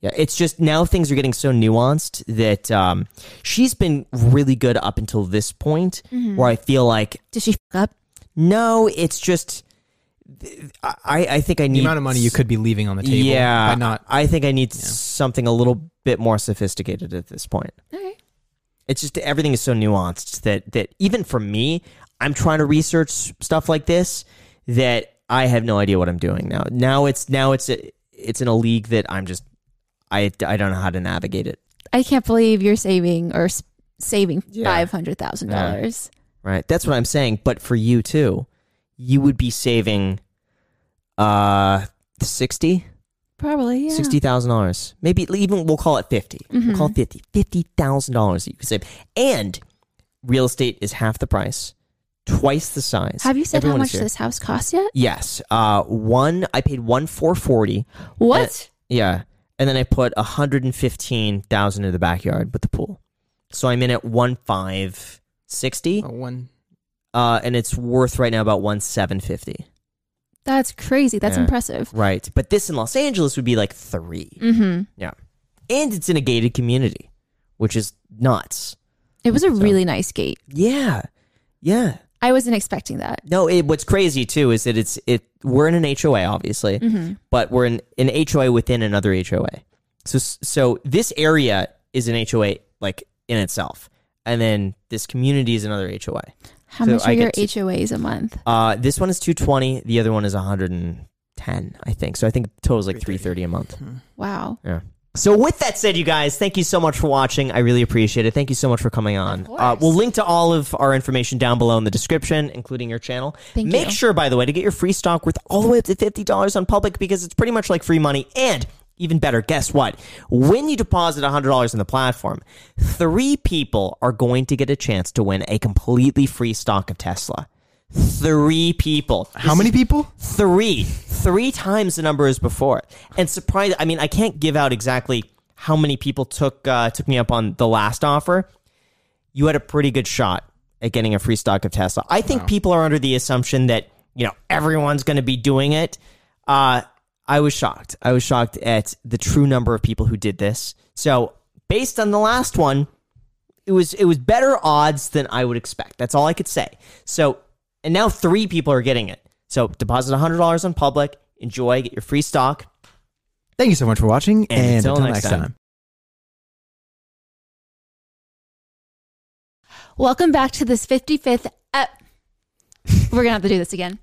Yeah, it's just now things are getting so nuanced that um, she's been really good up until this point,
Mm.
where I feel like
Did Mm-hmm. she f- up?
no, it's just th- I I think I
the
need
amount of money you could be leaving on the table.
yeah,
by not.
I think I need
Yeah.
something a little bit more sophisticated at this point.
Okay.
It's just everything is so nuanced that that even for me, I'm trying to research stuff like this that I have no idea what I'm doing now. Now it's now it's a, it's in a league that I'm just I I don't know how to navigate it.
I can't believe you're saving or s- saving
Yeah.
five hundred thousand dollars.
Right, that's what I'm saying. But for you too, you would be saving uh sixty.
Probably. Yeah. Mm-hmm.
sixty thousand dollars, maybe even we'll call it 50 we We'll call it fifty. Fifty thousand dollars that you could save, and real estate is half the price, twice the size.
Have you said
Everyone
how
is
much
here.
this house costs yet?
Yes, uh, one I paid one four forty.
What?
Yeah, and then I put a hundred and fifteen thousand in the backyard with the pool, so I'm in at one five sixty,
Oh, one.
uh, and it's worth right now about one seven fifty.
That's crazy. That's
Yeah.
impressive.
Right, but this in Los Angeles would be like three.
Mm-hmm.
Yeah. And it's in a gated community, which is nuts.
It was a really nice gate.
Yeah. Yeah.
I wasn't expecting that.
No, it, what's crazy too is that it's it we're in an HOA obviously, but we're in an HOA within another HOA. So so this area is an HOA like in itself. And then this community is another HOA.
How
So
much are
I
your
get to-
HOAs a month?
Uh, this one is 220, the other one is 110, I think. So I think the total is like 330 a month.
Wow.
So with that said, you guys, thank you so much for watching. I really appreciate it. Thank you so much for coming on.
Of course.
Uh, we'll link to all of our information down below in the description, including your channel.
Thank
Make
you.
sure, by the way, to get your free stock worth all the way up to fifty dollars on public because it's pretty much like free money. And even better, guess what? When you deposit hundred dollars in the platform, three people are going to get a chance to win a completely free stock of Tesla. Three people.
How many people?
three three times the number as before and surprise i mean i can't give out exactly how many people took uh, took me up on the last offer you had a pretty good shot at getting a free stock of tesla i think people are under the assumption that you know everyone's going to be doing it uh, i was shocked i was shocked at the true number of people who did this so based on the last one it was it was better odds than I would expect. That's all I could say. So and now three people are getting it. So deposit hundred dollars on public. Enjoy. Get your free stock.
Thank you so much for watching.
And
And,
until
until,
next
next
time.
time.
*laughs* Welcome back to this 55th. ep- We're going to have to do this again.